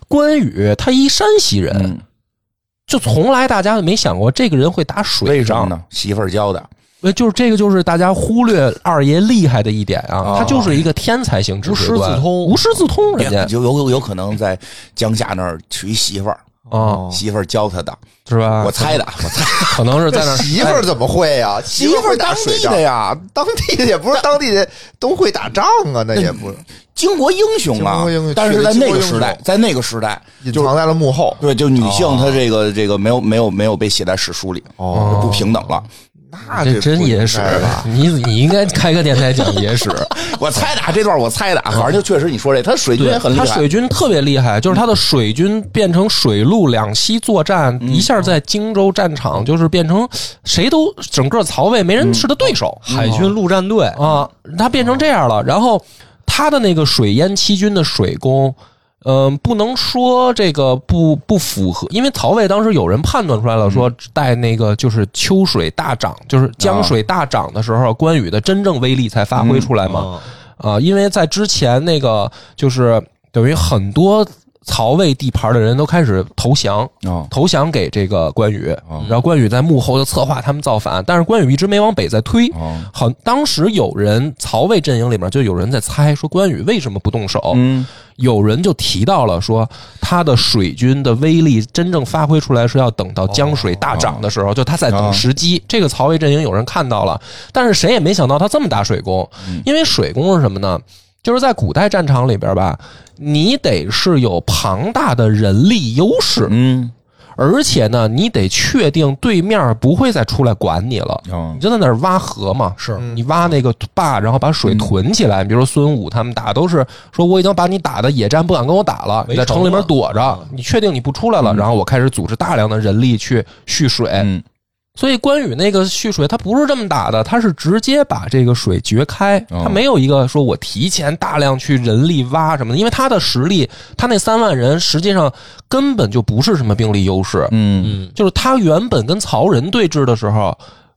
S1: 关羽他一山西人，
S2: 嗯，
S1: 就从来大家没想过这个人会打
S2: 为
S1: 水
S2: 什么
S1: 仗。
S2: 呢？媳妇儿教的，
S1: 呃，就是这个，就是大家忽略二爷厉害的一点啊
S2: 哦，
S1: 他就是一个天才型指挥官
S4: 无师自通
S1: 无师自通，人家
S2: 就有有可能在江夏那儿娶媳妇儿，
S1: 啊，
S2: 媳妇儿教他的，
S1: 是吧？
S2: 哦我猜的，我猜
S1: 可能是在那儿
S3: 媳妇儿怎么会呀？媳
S2: 妇儿
S3: 会打
S2: 当
S3: 水
S2: 地
S3: 仗
S2: 的，呀，
S3: 当地的也不是当地的都会打仗啊，那也不是
S2: 巾帼英雄
S3: 巾
S2: 啊
S3: 帼英雄，
S2: 但是在那个时
S3: 确实巾帼英
S2: 代
S3: 雄，
S2: 在那个时代，
S3: 隐藏在了幕后。
S2: 对，就女性她这个这个没有没有没有被写在史书里，
S3: 哦
S2: 就不平等了。
S3: 那
S1: 这真
S3: 不应
S1: 野
S3: 该
S1: 史
S3: 吧？
S1: 你你应该开个电台讲野史。
S2: 我猜的啊，这段我猜的啊，反正就确实你说这，他水军也很厉
S1: 他
S2: 害
S1: 水，军特别厉害，就是他的水军变成水陆两栖作战，一下在荆州战场就是变成谁都整个曹魏没人是他对手
S4: 海军陆战队
S1: 啊，他变成这样了。然后他的那个水淹七军的水攻。嗯，不能说这个不不符合，因为曹魏当时有人判断出来
S4: 嗯
S1: 了，说在那个就是秋水大涨，就是江水大涨的时候，关羽的真正威力才发挥出来嘛。
S4: 嗯
S1: 啊，因为在之前那个就是等于很多曹魏地盘的人都开始投降，
S2: 哦
S1: 投降给这个关羽，
S4: 哦
S1: 然后关羽在幕后就策划他们造反，但是关羽一直没往北再推。
S2: 哦，
S1: 好，当时有人曹魏阵营里面就有人在猜说关羽为什么不动手，
S2: 嗯，
S1: 有人就提到了说他的水军的威力真正发挥出来是要等到江水大涨的时候，就他在等时机。这个曹魏阵营有人看到了，但是谁也没想到他这么打水攻，因为水攻是什么呢？就是在古代战场里边吧，你得是有庞大的人力优势，
S2: 嗯，
S1: 而且呢，你得确定对面不会再出来管你了。
S2: 哦
S1: 你，就在那儿挖河嘛，
S4: 是
S2: 嗯
S1: 你挖那个坝，然后把水囤起来。比如说孙武他们打，都是说我已经把你打的野战不敢跟我打了，
S4: 围
S1: 你在城
S4: 城
S1: 里面
S4: 了
S1: 躲
S2: 嗯
S1: 着，你确定你不出来了，然后我开始组织大量的人力去蓄水。
S2: 嗯，
S1: 所以关羽那个蓄水，他不是这么打的，他是直接把这个水掘开，
S2: 哦
S1: 他没有一个说我提前大量去人力挖什么的，因为他的实力，他那三万人实际上根本就不是什么兵力优势，
S2: 嗯，
S4: 嗯，
S1: 就是他原本跟曹仁对峙的时候，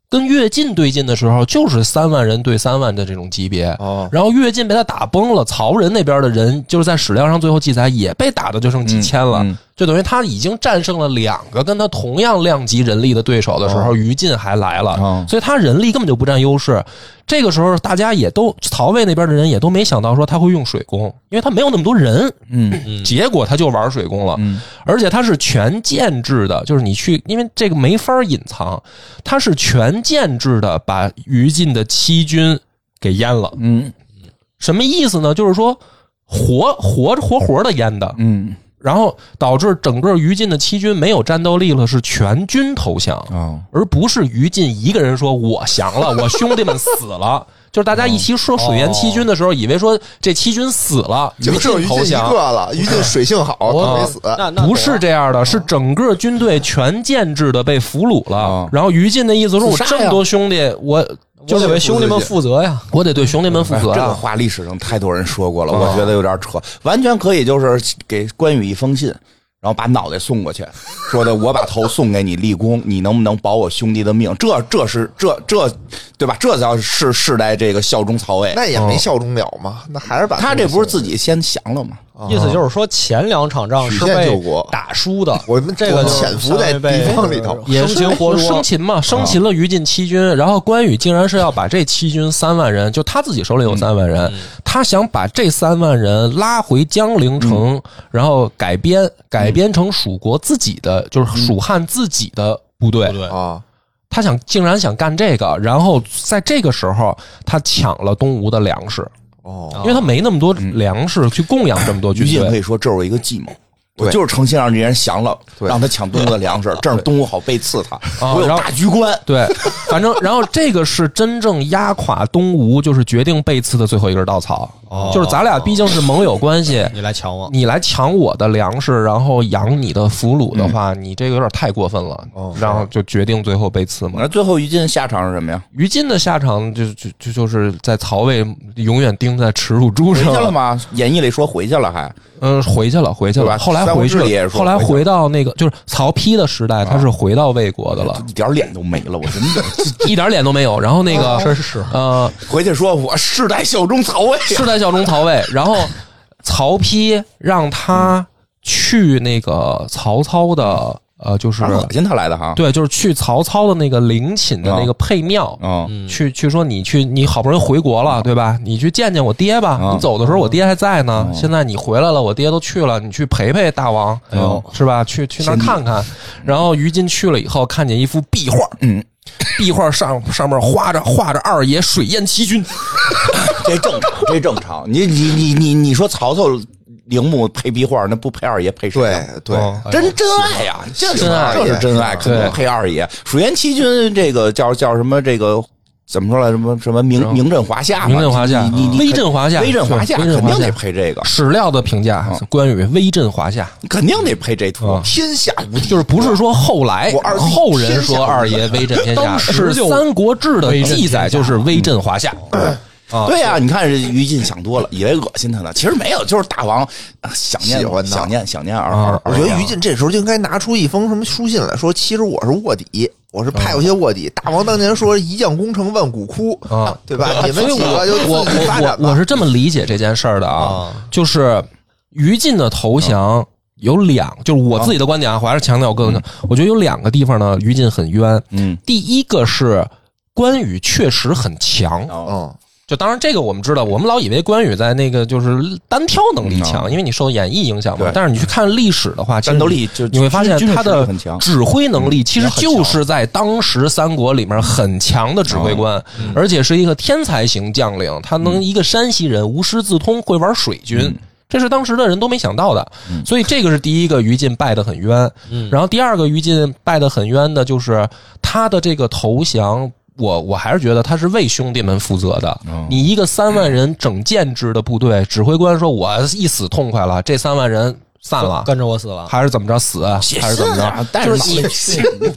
S1: 跟乐进对进的时候，就是三万人对三万的这种级别。
S3: 哦，
S1: 然后乐进被他打崩了，曹仁那边的人就是在史料上最后记载也被打的就剩几千了，
S2: 嗯嗯
S1: 就等于他已经战胜了两个跟他同样量级人力的对手的时
S2: 哦
S1: 候，于禁还来了，
S2: 嗯
S1: 所以他人力根本就不占优势。这个时候，大家也都曹魏那边的人也都没想到说他会用水攻，因为他没有那么多人，
S2: 嗯
S1: 结果他就玩水攻了。
S2: 嗯
S1: 而且它是全建制的，就是你去，因为这个没法隐藏，它是全建制的把于禁的七军给淹了。
S2: 嗯
S1: 什么意思呢？就是说活活活活的淹的，
S2: 嗯
S1: 然后导致整个于禁的七军没有战斗力了，是全军投降，
S2: 哦，
S1: 而不是于禁一个人说我降 了，我兄弟们死了。就是大家一起说水
S2: 哦
S1: 淹七军的时候，以为说这七军死了，于
S3: 就剩于
S1: 禁
S3: 禁
S1: 投
S3: 一
S1: 降
S3: 个。了，于禁水性好，他没死。
S4: 那嗯那
S1: 不是这样的，是整个军队全建制的被俘虏了
S2: 啊。
S1: 然后于禁的意思说，我这么多兄弟，我就
S4: 就得
S1: 得
S4: 为兄弟们负责呀。嗯
S1: 我得对兄弟们负
S2: 哎
S1: 责
S2: 这个
S1: 啊。
S2: 话历史上太多人说过了，我觉得有点扯，完全可以就是给关羽一封信，然后把脑袋送过去，说的我把头送给你立功，你能不能保我兄弟的命？这这是这这对吧？这叫是世代这个效忠曹魏，
S3: 那也没效忠了嘛，那还是把嗯
S2: 他这不是自己先降了吗？
S4: 意思就是说，前两场仗是
S3: 哦曲线救
S4: 被
S3: 国
S4: 打输的，
S3: 我们
S4: 这个就是
S3: 潜伏在
S4: 相当于被
S3: 敌方里头
S1: 也
S4: 生
S1: 是
S4: 擒活捉
S1: 生。擒嘛，生擒了于禁七军，然后关羽竟然是要把这七军三万人，就他自己手
S4: 嗯
S1: 里有三万人，他想把这三万人拉回江陵
S4: 嗯
S1: 城，然后改编改编成蜀国自己的，就是蜀汉自己的部队
S4: 不。对，
S3: 啊，
S1: 他想竟然想干这个，然后在这个时候他抢了东吴的粮食，
S3: 哦，
S1: 因为他没那么多粮食去供养这么多军
S2: 于嗯禁可
S1: 队。啊
S2: 以说这是我一个计谋。
S3: 对
S2: 我就是诚心让这些人降了，
S3: 对
S2: 让他抢东吴的粮食，这样东吴好背刺他。
S1: 啊
S2: 我有
S1: 然后
S2: 大局观，
S1: 对，反正然后这个是真正压垮东吴，就是决定背刺的最后一根稻草。
S4: 哦
S1: 就是咱俩毕竟是盟友关系，
S4: 你来抢我，
S1: 你来抢我的粮食，然后养你的俘虏的话，你这个有点太过分了。
S3: 哦
S1: 然后就决定最后背刺嘛。
S2: 那最后于禁下场是什么呀？
S1: 于禁的下场就就就就是在曹魏永远钉在耻辱柱
S2: 回
S1: 上
S2: 去了吗？演义里说回去了还，
S1: 嗯，回去了，回去
S2: 对
S1: 了。
S2: 吧
S1: 后来
S2: 三国
S1: 回
S2: 志
S1: 去
S2: 里也
S1: 了，
S2: 是说
S1: 后来
S2: 回去啊
S1: 回到那个就是曹丕的时代，他是回到魏国的 了，
S2: 一点脸都没了，我真的。
S1: 一点脸都没有。然后那
S4: 真
S2: 啊
S1: 个
S4: 是
S1: 呃，
S2: 回去说我世代效忠曹魏，
S1: 世代效忠曹 魏，然后曹丕让他去那个曹操的呃，就是
S2: 是恶心他来的哈。
S1: 对，就是去曹操的那个陵寝的那个配庙。
S2: 啊嗯，
S1: 去去说你去，你好不容易回国了，对吧？你去见见我爹吧。
S2: 啊哦
S1: 你走的时候，我爹还在呢。现在你回来了，我爹都去了，你去陪陪大王，
S2: 哎呦
S1: 是吧？去去那儿看看。然后于禁去了以后，看见一幅壁画，
S2: 嗯，
S1: 壁画上上面画着画着二爷水淹七军，
S2: 这正常，这正常。你你你你你说曹操陵墓配壁画，那不配二爷配谁
S3: 对
S2: 啊？
S3: 对，
S1: 哦
S2: 真真爱呀，这哎是
S1: 真爱
S2: 这是真爱，
S3: 对
S2: 可能配二爷。蜀燕七军这个叫叫什么？这个怎么说来？什么什么名名震华夏嘛？
S1: 名震华夏，
S2: 你你你
S1: 威震华夏，
S2: 威震华夏，
S1: 对威震
S2: 肯
S1: 华
S2: 定得啊
S1: 夏。
S2: 配这个，
S1: 史料的评价，关羽威震华夏，
S2: 肯定得配这图
S1: 啊。
S3: 天下无敌，
S1: 就是不是说后来
S3: 我二弟
S1: 后人说二爷威震天下，
S4: 当
S1: 是
S4: 时就
S1: 《三国志》的记载就是威震华夏。
S2: 对啊呀、你看这于禁想多了，以为恶心他呢，其实没有，就是大王啊想念
S3: 喜欢他
S2: 想念想念二
S1: 啊
S2: 二。
S3: 我觉得于禁这时候就应该拿出一封什么书信来说，其实我是卧底，我是派过些卧底。大王当年说“一将功成万骨枯”，
S1: 啊
S3: 对吧？你们
S1: 所以
S3: 几
S1: 我
S3: 个就
S1: 我
S3: 自己发
S1: 我
S3: 展
S1: 我我
S3: 吧。
S1: 是这么理解这件事儿的啊，就是于禁的
S3: 啊
S1: 投降有两，就是我自己的观点啊，我还是强调我个人的，
S3: 嗯
S1: 我觉得有两个地方呢，于禁很冤。
S2: 嗯，
S1: 第一个是关羽确实很强，
S2: 哦，
S3: 嗯，
S1: 就当然这个我们知道，我们老以为关羽在那个就是单挑能
S3: 啊
S1: 力
S2: 嗯
S1: 强，因为你受演义影响嘛
S2: 对。
S1: 但是你去看历史的话，其实
S2: 战斗力就
S1: 你会发现
S2: 军事
S1: 他
S2: 实力
S1: 的
S2: 很强嗯
S1: 指挥能力其实
S2: 也很强
S1: 就是在当时三国里面很强的指挥官，
S2: 嗯
S1: 而且是一个天才型将领，他能一个山西人无师自通，会玩水
S2: 嗯
S1: 军。这是当时的人都没想到的，所以这个是第一个于禁败得很冤。
S2: 嗯
S1: 然后第二个于禁败得很冤的就是他的这个投降，我我还是觉得他是为兄弟们负责的。
S2: 哦
S1: 你一个三万人整建制的部队，指挥官说我一死痛快了，这三万人散了，
S4: 跟着我死了。
S1: 嗯还是怎么着死，啊还是怎么着？
S2: 着？但是你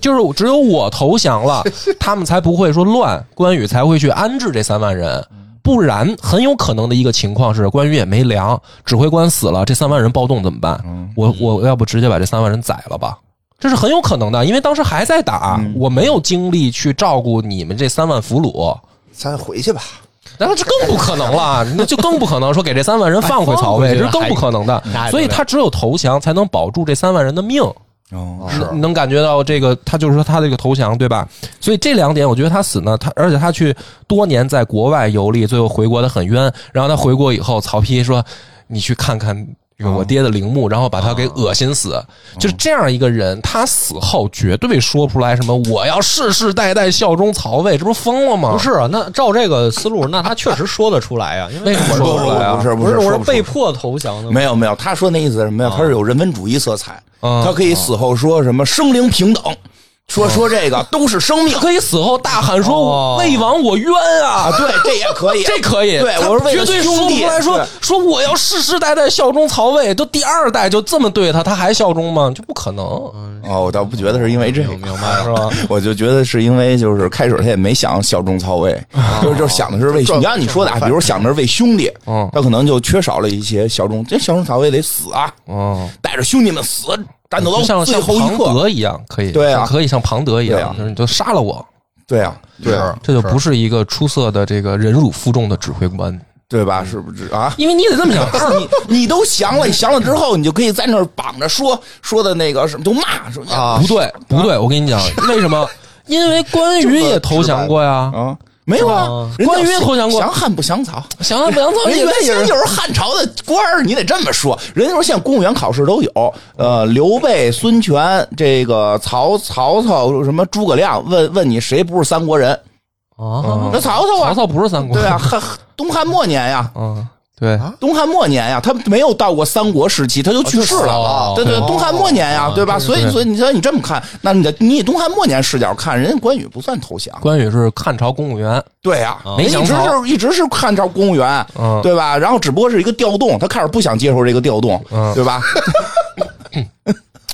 S1: 就是只有我投降 了，他们才不会说乱，关羽才会去安置这三万人。不然，很有可能的一个情况是，关羽也没粮，指挥官死了，这三万人暴动怎么办？
S4: 嗯
S1: 我我要不直接把这三万人宰了吧？这是很有可能的，因为当时还
S4: 嗯
S1: 在打，我没有精力去照顾你们这三万俘虏。
S3: 咱回去吧。
S1: 那这更不可能了，那就更不可能说给这三万人放回曹魏，
S4: 哎放回去
S1: 这是更不可能的
S4: 还。
S1: 所以他只有投降才能保住这三万人的命。
S2: 哦，
S1: 你能感觉到这个，他就是说他的这个投降，对吧？所以这两点，我觉得他死呢，他而且他去多年在国外游历，最后回国他很冤。然后他回国以后，曹丕说：“你去看看这个我爹的陵墓，然后把他给恶心死。”
S4: 嗯
S1: 就是这样一个人，他死后绝对说不出来什么“我要世世代代效忠曹魏”，这不是疯了吗？
S4: 不，是，啊那照这个思路，那他确实说得出来呀，因
S1: 为
S4: 为
S1: 什么说不出来啊？
S2: 不是
S4: 不
S2: 不
S4: 是
S2: 是，
S4: 我
S2: 说
S4: 是
S2: 不出
S4: 被迫投降的嘛，
S2: 没有没有，他说那意思是什么呀？他是有人文主义色彩，
S1: 嗯
S2: 他可以死后说什么生灵平等，说说这 个都是生命
S1: 他可以死后大喊说
S4: 哦：“
S1: 魏王，我冤啊！”
S2: 啊，对， 这也可以，
S1: 这可以，
S2: 对
S1: 他
S2: 我是为
S1: 绝
S2: 了
S1: 对说
S2: 兄
S1: 不
S2: 弟
S1: 出来说
S2: 对
S1: 说我要世世代代效忠曹魏，都第二代就这么对他，他还效忠吗？就不可能，
S2: 哦，我倒不觉得是因为这个，
S4: 明白
S1: 是
S4: 了。
S1: 吧？
S2: 我就觉得是因为就是开始他也没想效忠曹魏，
S1: 哦
S2: 就是就想的是为
S3: 这
S2: 你按你说的啊，比如想的是为兄弟，
S1: 嗯
S2: 他可能就缺少了一些效忠，这效忠曹魏得死啊，
S1: 哦，
S2: 带着兄弟们死，战斗
S1: 就
S2: 到
S1: 像
S2: 最
S1: 像
S2: 后一
S1: 庞
S2: 刻，
S1: 德一样，可以，
S2: 对啊
S1: 像可以像庞德一
S2: 对
S1: 样
S2: 啊，
S1: 就是你就杀了我，
S2: 对啊，对啊
S1: 这就不是一个出色的这个忍辱负重的指挥官，
S2: 对吧？是不是啊？
S1: 因为你得这么想，二你
S2: 你都降了，你降了之后，你就可以在那儿绑着说说的那个什么，就骂什么
S3: 啊
S1: 不对不对，我跟你讲，为什么？因为关羽也投降过呀，
S2: 啊，没有啊，人
S1: 哦
S2: 家
S1: 关羽也投降过
S2: 降汉不降曹。
S1: 降了梁 曹
S2: 人
S1: 也
S2: 原先就是汉朝的官儿，你得这么说。人家说现在公务员考试都有，呃，刘备、孙权，这个曹曹操，什么诸葛亮，问问你谁不是三国人？
S4: 啊，
S2: 那曹操
S1: 曹
S2: 啊，
S1: 操不是三国，
S2: 对啊，，汉东汉末年呀，
S1: 嗯，对，
S2: 东汉末年呀，他没有到过三国时期，他 就去世了。啊
S4: 哦
S2: 对对，东汉末年呀，对吧？所以所以你说你这么看，那你的你以东汉末年视角看，人家关羽不算投降。
S1: 关羽是汉朝公务员，
S2: 对呀、
S4: 哦
S2: 啊，
S1: 没
S2: 一
S1: 想
S2: 直
S1: 到
S2: 是一直是汉朝公务员，
S1: 嗯
S2: 对吧？然后只不过是一个调动，他开始不想接受这个调动，
S1: 嗯
S2: 对吧？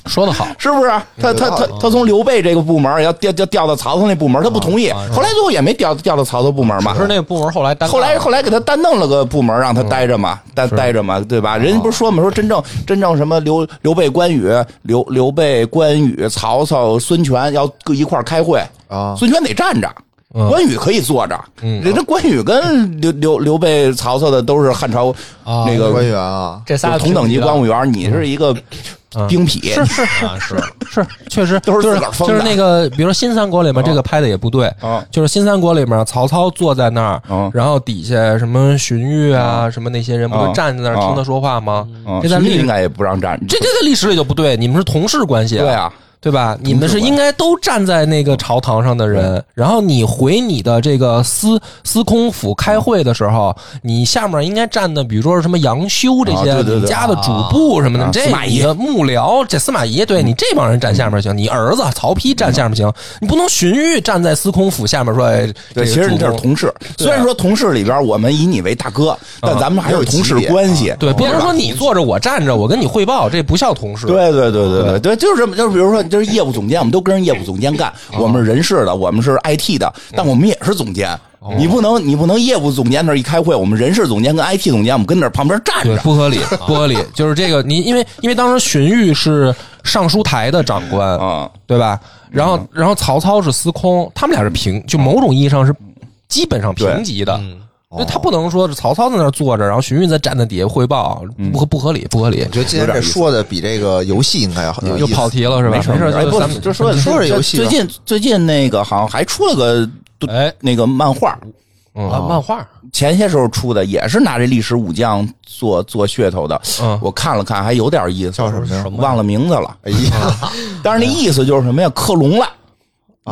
S1: 说得好。
S2: 是不是？啊他他
S4: 啊
S2: 他他从刘备这个部门要调调调到曹操那部门，他不同意，后来最后也没调调到曹操部门嘛
S4: 啊可。是那个部门后来单干
S2: 后来后来给他单弄了个部门，让他待着嘛，
S1: 嗯
S2: 待待着嘛，
S4: 哦
S2: 对吧？人家不是说嘛，说真正真正什么刘刘备、关羽、刘刘备、关羽、曹操、孙权要各一块儿开会，
S3: 啊，
S2: 孙权得站着，
S1: 嗯
S2: 关羽可以坐着。人家关羽跟刘刘刘备、曹操的都是汉朝
S4: 啊
S2: 那
S3: 官
S2: 个
S3: 员啊，
S4: 这仨
S2: 同等级公
S4: 官
S2: 务员，你是一个兵痞，
S1: 嗯是是
S4: 啊是
S1: 是，确实
S2: 都是
S1: 就
S2: 自
S1: 是
S2: 个儿封
S1: 就是
S2: 的
S1: 那个，比如说《新三国》里面这个拍的也不对
S2: 啊，
S1: 就是《新三国》里面曹操坐在那儿
S2: 啊，
S1: 然后底下什么荀彧啊，什么那些人不
S2: 啊
S1: 都站在那儿
S2: 啊
S1: 听他说话吗？
S2: 嗯
S1: 这在
S2: 荀彧
S1: 历
S2: 应该也不让站。
S1: 这这在历史里就不对，你们是同事关系，
S2: 对啊，
S1: 对吧？你们是应该都站在那个朝堂上的人，然后你回你的这个司司空府开会的时候，你下面应该站的，比如说什么杨修这些
S2: 啊对对对
S1: 你家的主簿什么的，
S2: 啊
S1: 这
S2: 司马懿嗯
S1: 你的幕僚，这司马懿，对你这帮人站下面行，你儿子曹丕站下面行，你不能荀彧站在司空府下面说，哎，这
S2: 对，其
S1: 个啊
S2: 实你
S1: 主
S2: 这是
S1: 公
S2: 同事，虽然说同事里边我们以你为大哥，
S1: 啊
S2: 但咱们还有同事关系。
S1: 对，别啊人说你坐着我站着，我跟你汇报，这不叫同事，
S2: 对对对对对对，就是这么，就是比如说，就是业务总监，我们都跟人业务总监干，
S1: 啊
S2: 我们是人事的，我们是 IT 的，
S1: 嗯
S2: 但我们也是总监。
S1: 哦
S2: 你不能，你不能业务总监那儿一开会，我们人事总监跟 IT 总监，我们跟那儿旁边站
S1: 对，
S2: 着。
S1: 不合 理，不合理。就是这个，你因为因为当时荀彧是尚书台的长官，
S2: 嗯
S1: 对吧？然后然后曹操是司空，他们俩是平，就某种意义上是
S2: 嗯
S1: 基本上平级的。那他不能说是曹操在那儿坐着，然后荀彧在站在底下汇报，
S2: 嗯
S1: 不合不合理，不合理
S3: 我。觉得今天这说的比这个游戏应该要有
S1: 嗯又
S3: 意思
S1: 跑题了是吧？没
S2: 没事没事哎
S1: 就
S2: 不
S1: 咱们
S2: 就说
S3: 说说游戏吧
S2: 最近最近那个好像还出了个
S4: 哎
S2: 那个漫画，
S1: 嗯
S4: 啊漫画
S2: 前些时候出的，也是拿这历史武将做做噱头的。
S1: 嗯
S2: 我看了看，还有点意思，叫什
S3: 么呀
S4: 什么
S2: 忘了名字了。
S3: 哎呀，
S2: 但是那意思就是什么呀？克隆了。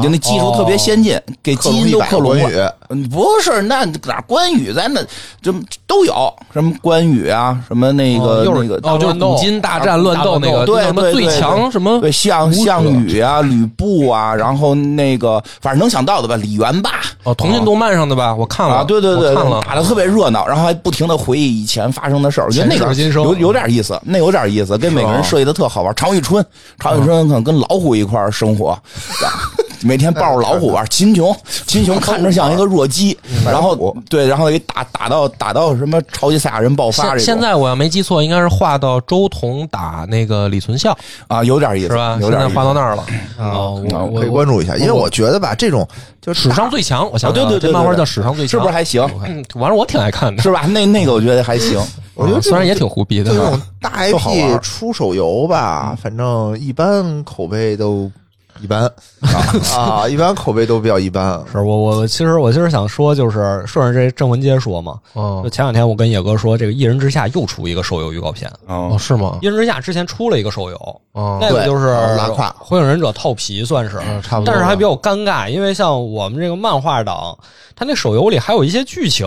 S2: 就那技术特别先进，给基
S3: 克隆
S2: 因
S3: 一
S2: 都
S3: 百
S2: 克
S3: 个
S2: 隆
S3: 关
S2: 了。
S3: 羽，
S2: 嗯不是，那哪关羽咱那这都有什么关羽啊，什么那个、
S4: 哦又是
S2: 那个
S1: 哦，就是古今大战乱斗那个
S2: 对
S1: 叫什么
S2: 对
S1: 最
S2: 对
S1: 强什么
S2: 对，项项羽啊、吕布啊，然后那个反正能想到的吧，李元霸
S1: 哦，腾讯动漫上的吧？我看了，
S2: 啊，对对
S1: 我
S2: 对，
S1: 看了。
S2: 打的特别热闹，然后还不停的回忆以前发生的事儿，我觉得那个
S4: 前世今生
S2: 有有点意思，那有点意思，跟每个人设计的特好玩。常遇春，常遇春可能跟老虎一块儿生活，每天抱着老虎玩，秦琼，秦琼看着像一个弱鸡，然后对，然后给打打到打到什么超级赛亚人爆发
S1: 现
S2: 这种
S1: 现在我要没记错，应该是画到周彤打那个李存孝
S2: 啊，有点意思
S1: 是吧？
S2: 有
S1: 现
S2: 点
S1: 在
S2: 意思
S1: 画到那儿了，
S4: 哦，
S2: 啊
S4: 我
S3: 嗯可以关注一下，因为我觉得吧，这种就是
S1: 史上最强，我想起来了
S2: 啊对对对对
S1: 这漫画叫史上最
S2: 是
S1: 强，
S2: 不是还行？
S1: 嗯完了，我挺爱看的，
S2: 是吧？那那个我觉得还行，
S3: 我觉得
S1: 啊
S3: 这种
S1: 虽然也挺胡逼的
S3: 这，种大
S2: 都好玩
S3: IP 出手游吧，反正一般口碑都一般啊啊，一般口碑都比较一般。啊
S4: 是我我其实我今儿想说，就是顺着这镇魂街说嘛，就
S1: 嗯，
S4: 前两天我跟野哥说，这个《一人之下》又出一个手游预告片，
S1: 哦
S2: 哦，
S1: 是吗
S4: 《一？人之下》之前出了一个手游，
S1: 哦
S4: 那个就是
S3: 对拉胯
S4: 火影忍者》套皮算是，
S1: 嗯差不多
S4: 但是还比较尴尬，因为像我们这个漫画党，他那手游里还有一些剧情，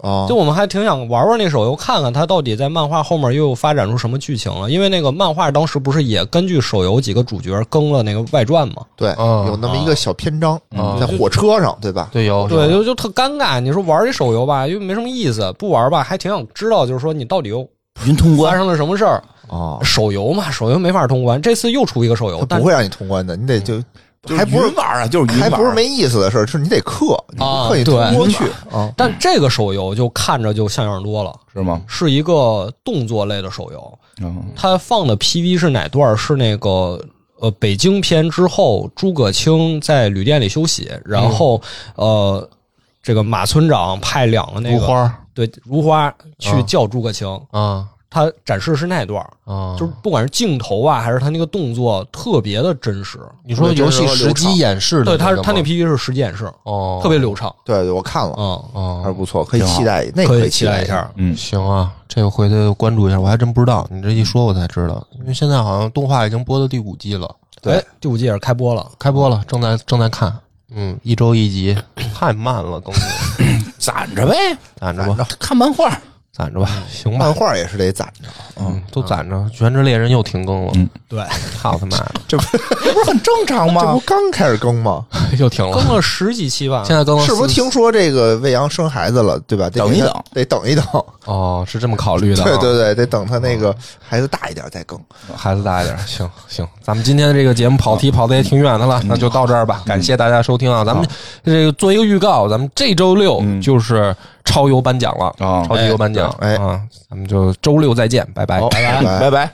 S3: 啊，
S4: 就我们还挺想玩玩那手游，看看它到底在漫画后面又发展出什么剧情了。因为那个漫画当时不是也根据手游几个主角更了那个外传嘛？
S3: 对，
S1: 嗯
S3: 有那么一个小篇章
S1: 嗯，
S3: 在火车上，对吧？
S1: 对，有
S4: 对，
S1: 有
S4: 就就特尴尬。你说玩这手游吧，又没什么意思；不玩吧，还挺想知道，就是说你到底又
S2: 云通
S4: 发
S2: 关
S4: 生了什么事儿。
S3: 啊，
S4: 手游嘛，手游没法通关。这次又出一个手游，
S3: 他
S4: 但
S3: 不会让你通关的，你得就
S2: 就是
S3: 还不是
S2: 云玩啊，就是云
S3: 还
S2: 玩
S3: 不是没意思的事儿，是你得氪，你不
S4: 啊
S3: 氪你通
S4: 对
S3: 不过去啊。
S4: 但这个手游就看着就像样多了，
S2: 是吗？
S4: 是一个动作类的手游。
S2: 嗯
S4: 它放的 PV 是哪段儿？是那个呃北京篇之后，诸葛青在旅店里休息，然后、呃这个马村长派两个那
S1: 如
S4: 个
S1: 花
S4: 对如花去
S1: 啊
S4: 叫诸葛青，
S1: 啊
S4: 他展示是那段儿，
S1: 啊，
S4: 就是不管是镜头啊，还是他那个动作特别的真实。
S1: 你说游戏实机演示的
S4: 对
S1: 个吗，
S4: 他他那 PV 是实际演示，
S1: 哦，
S4: 特别流畅，
S3: 对对，我看了，
S4: 嗯，
S3: 还是
S1: 哦，
S3: 不错，可以
S2: 挺好
S3: 期待，那
S4: 可
S3: 可
S4: 以期待
S3: 待
S4: 一。下。
S2: 嗯，
S1: 行啊，这个回头关注一下，我还真不知道，你这一说我才知道，因为现在好像动画已经播到第五季了，
S3: 对
S4: 哎，第五季也是开播了，
S1: 开播了，正在正在看，嗯，一周一集，太慢了，更新，
S2: 攒着呗，
S1: 攒着吧，
S2: 看漫画。
S1: 攒着吧，行吧
S3: 漫，画也是得攒着，
S1: 嗯，都攒着，《全职猎人》又停更了，
S2: 嗯
S4: 对，
S1: 操他妈的，
S2: 这不是很正常
S3: 这不
S2: 吗？
S3: 刚开始更吗？
S1: 又停
S4: 更
S1: 了，
S4: 了十几期吧
S1: 现。在更了
S3: 是不是
S1: 四
S3: 听说这个魏阳生孩子了，对吧？得
S2: 等一
S3: 给他
S2: 等，
S3: 得等一等。
S1: 哦，是这么考虑的、啊，
S3: 对对对，得等他那个孩子大一点再更。
S1: 孩子大一点，行行，咱们今天这个节目跑题跑的也挺远的了，那就到这儿吧。感谢大家收听啊，咱们这个做一个预告，咱们这周六
S2: 嗯
S1: 就是超游颁奖了，
S2: 啊
S1: 超级游颁奖，
S3: 哎对
S1: 啊，咱们就周六再见，拜拜。
S3: 好，拜
S2: 拜拜。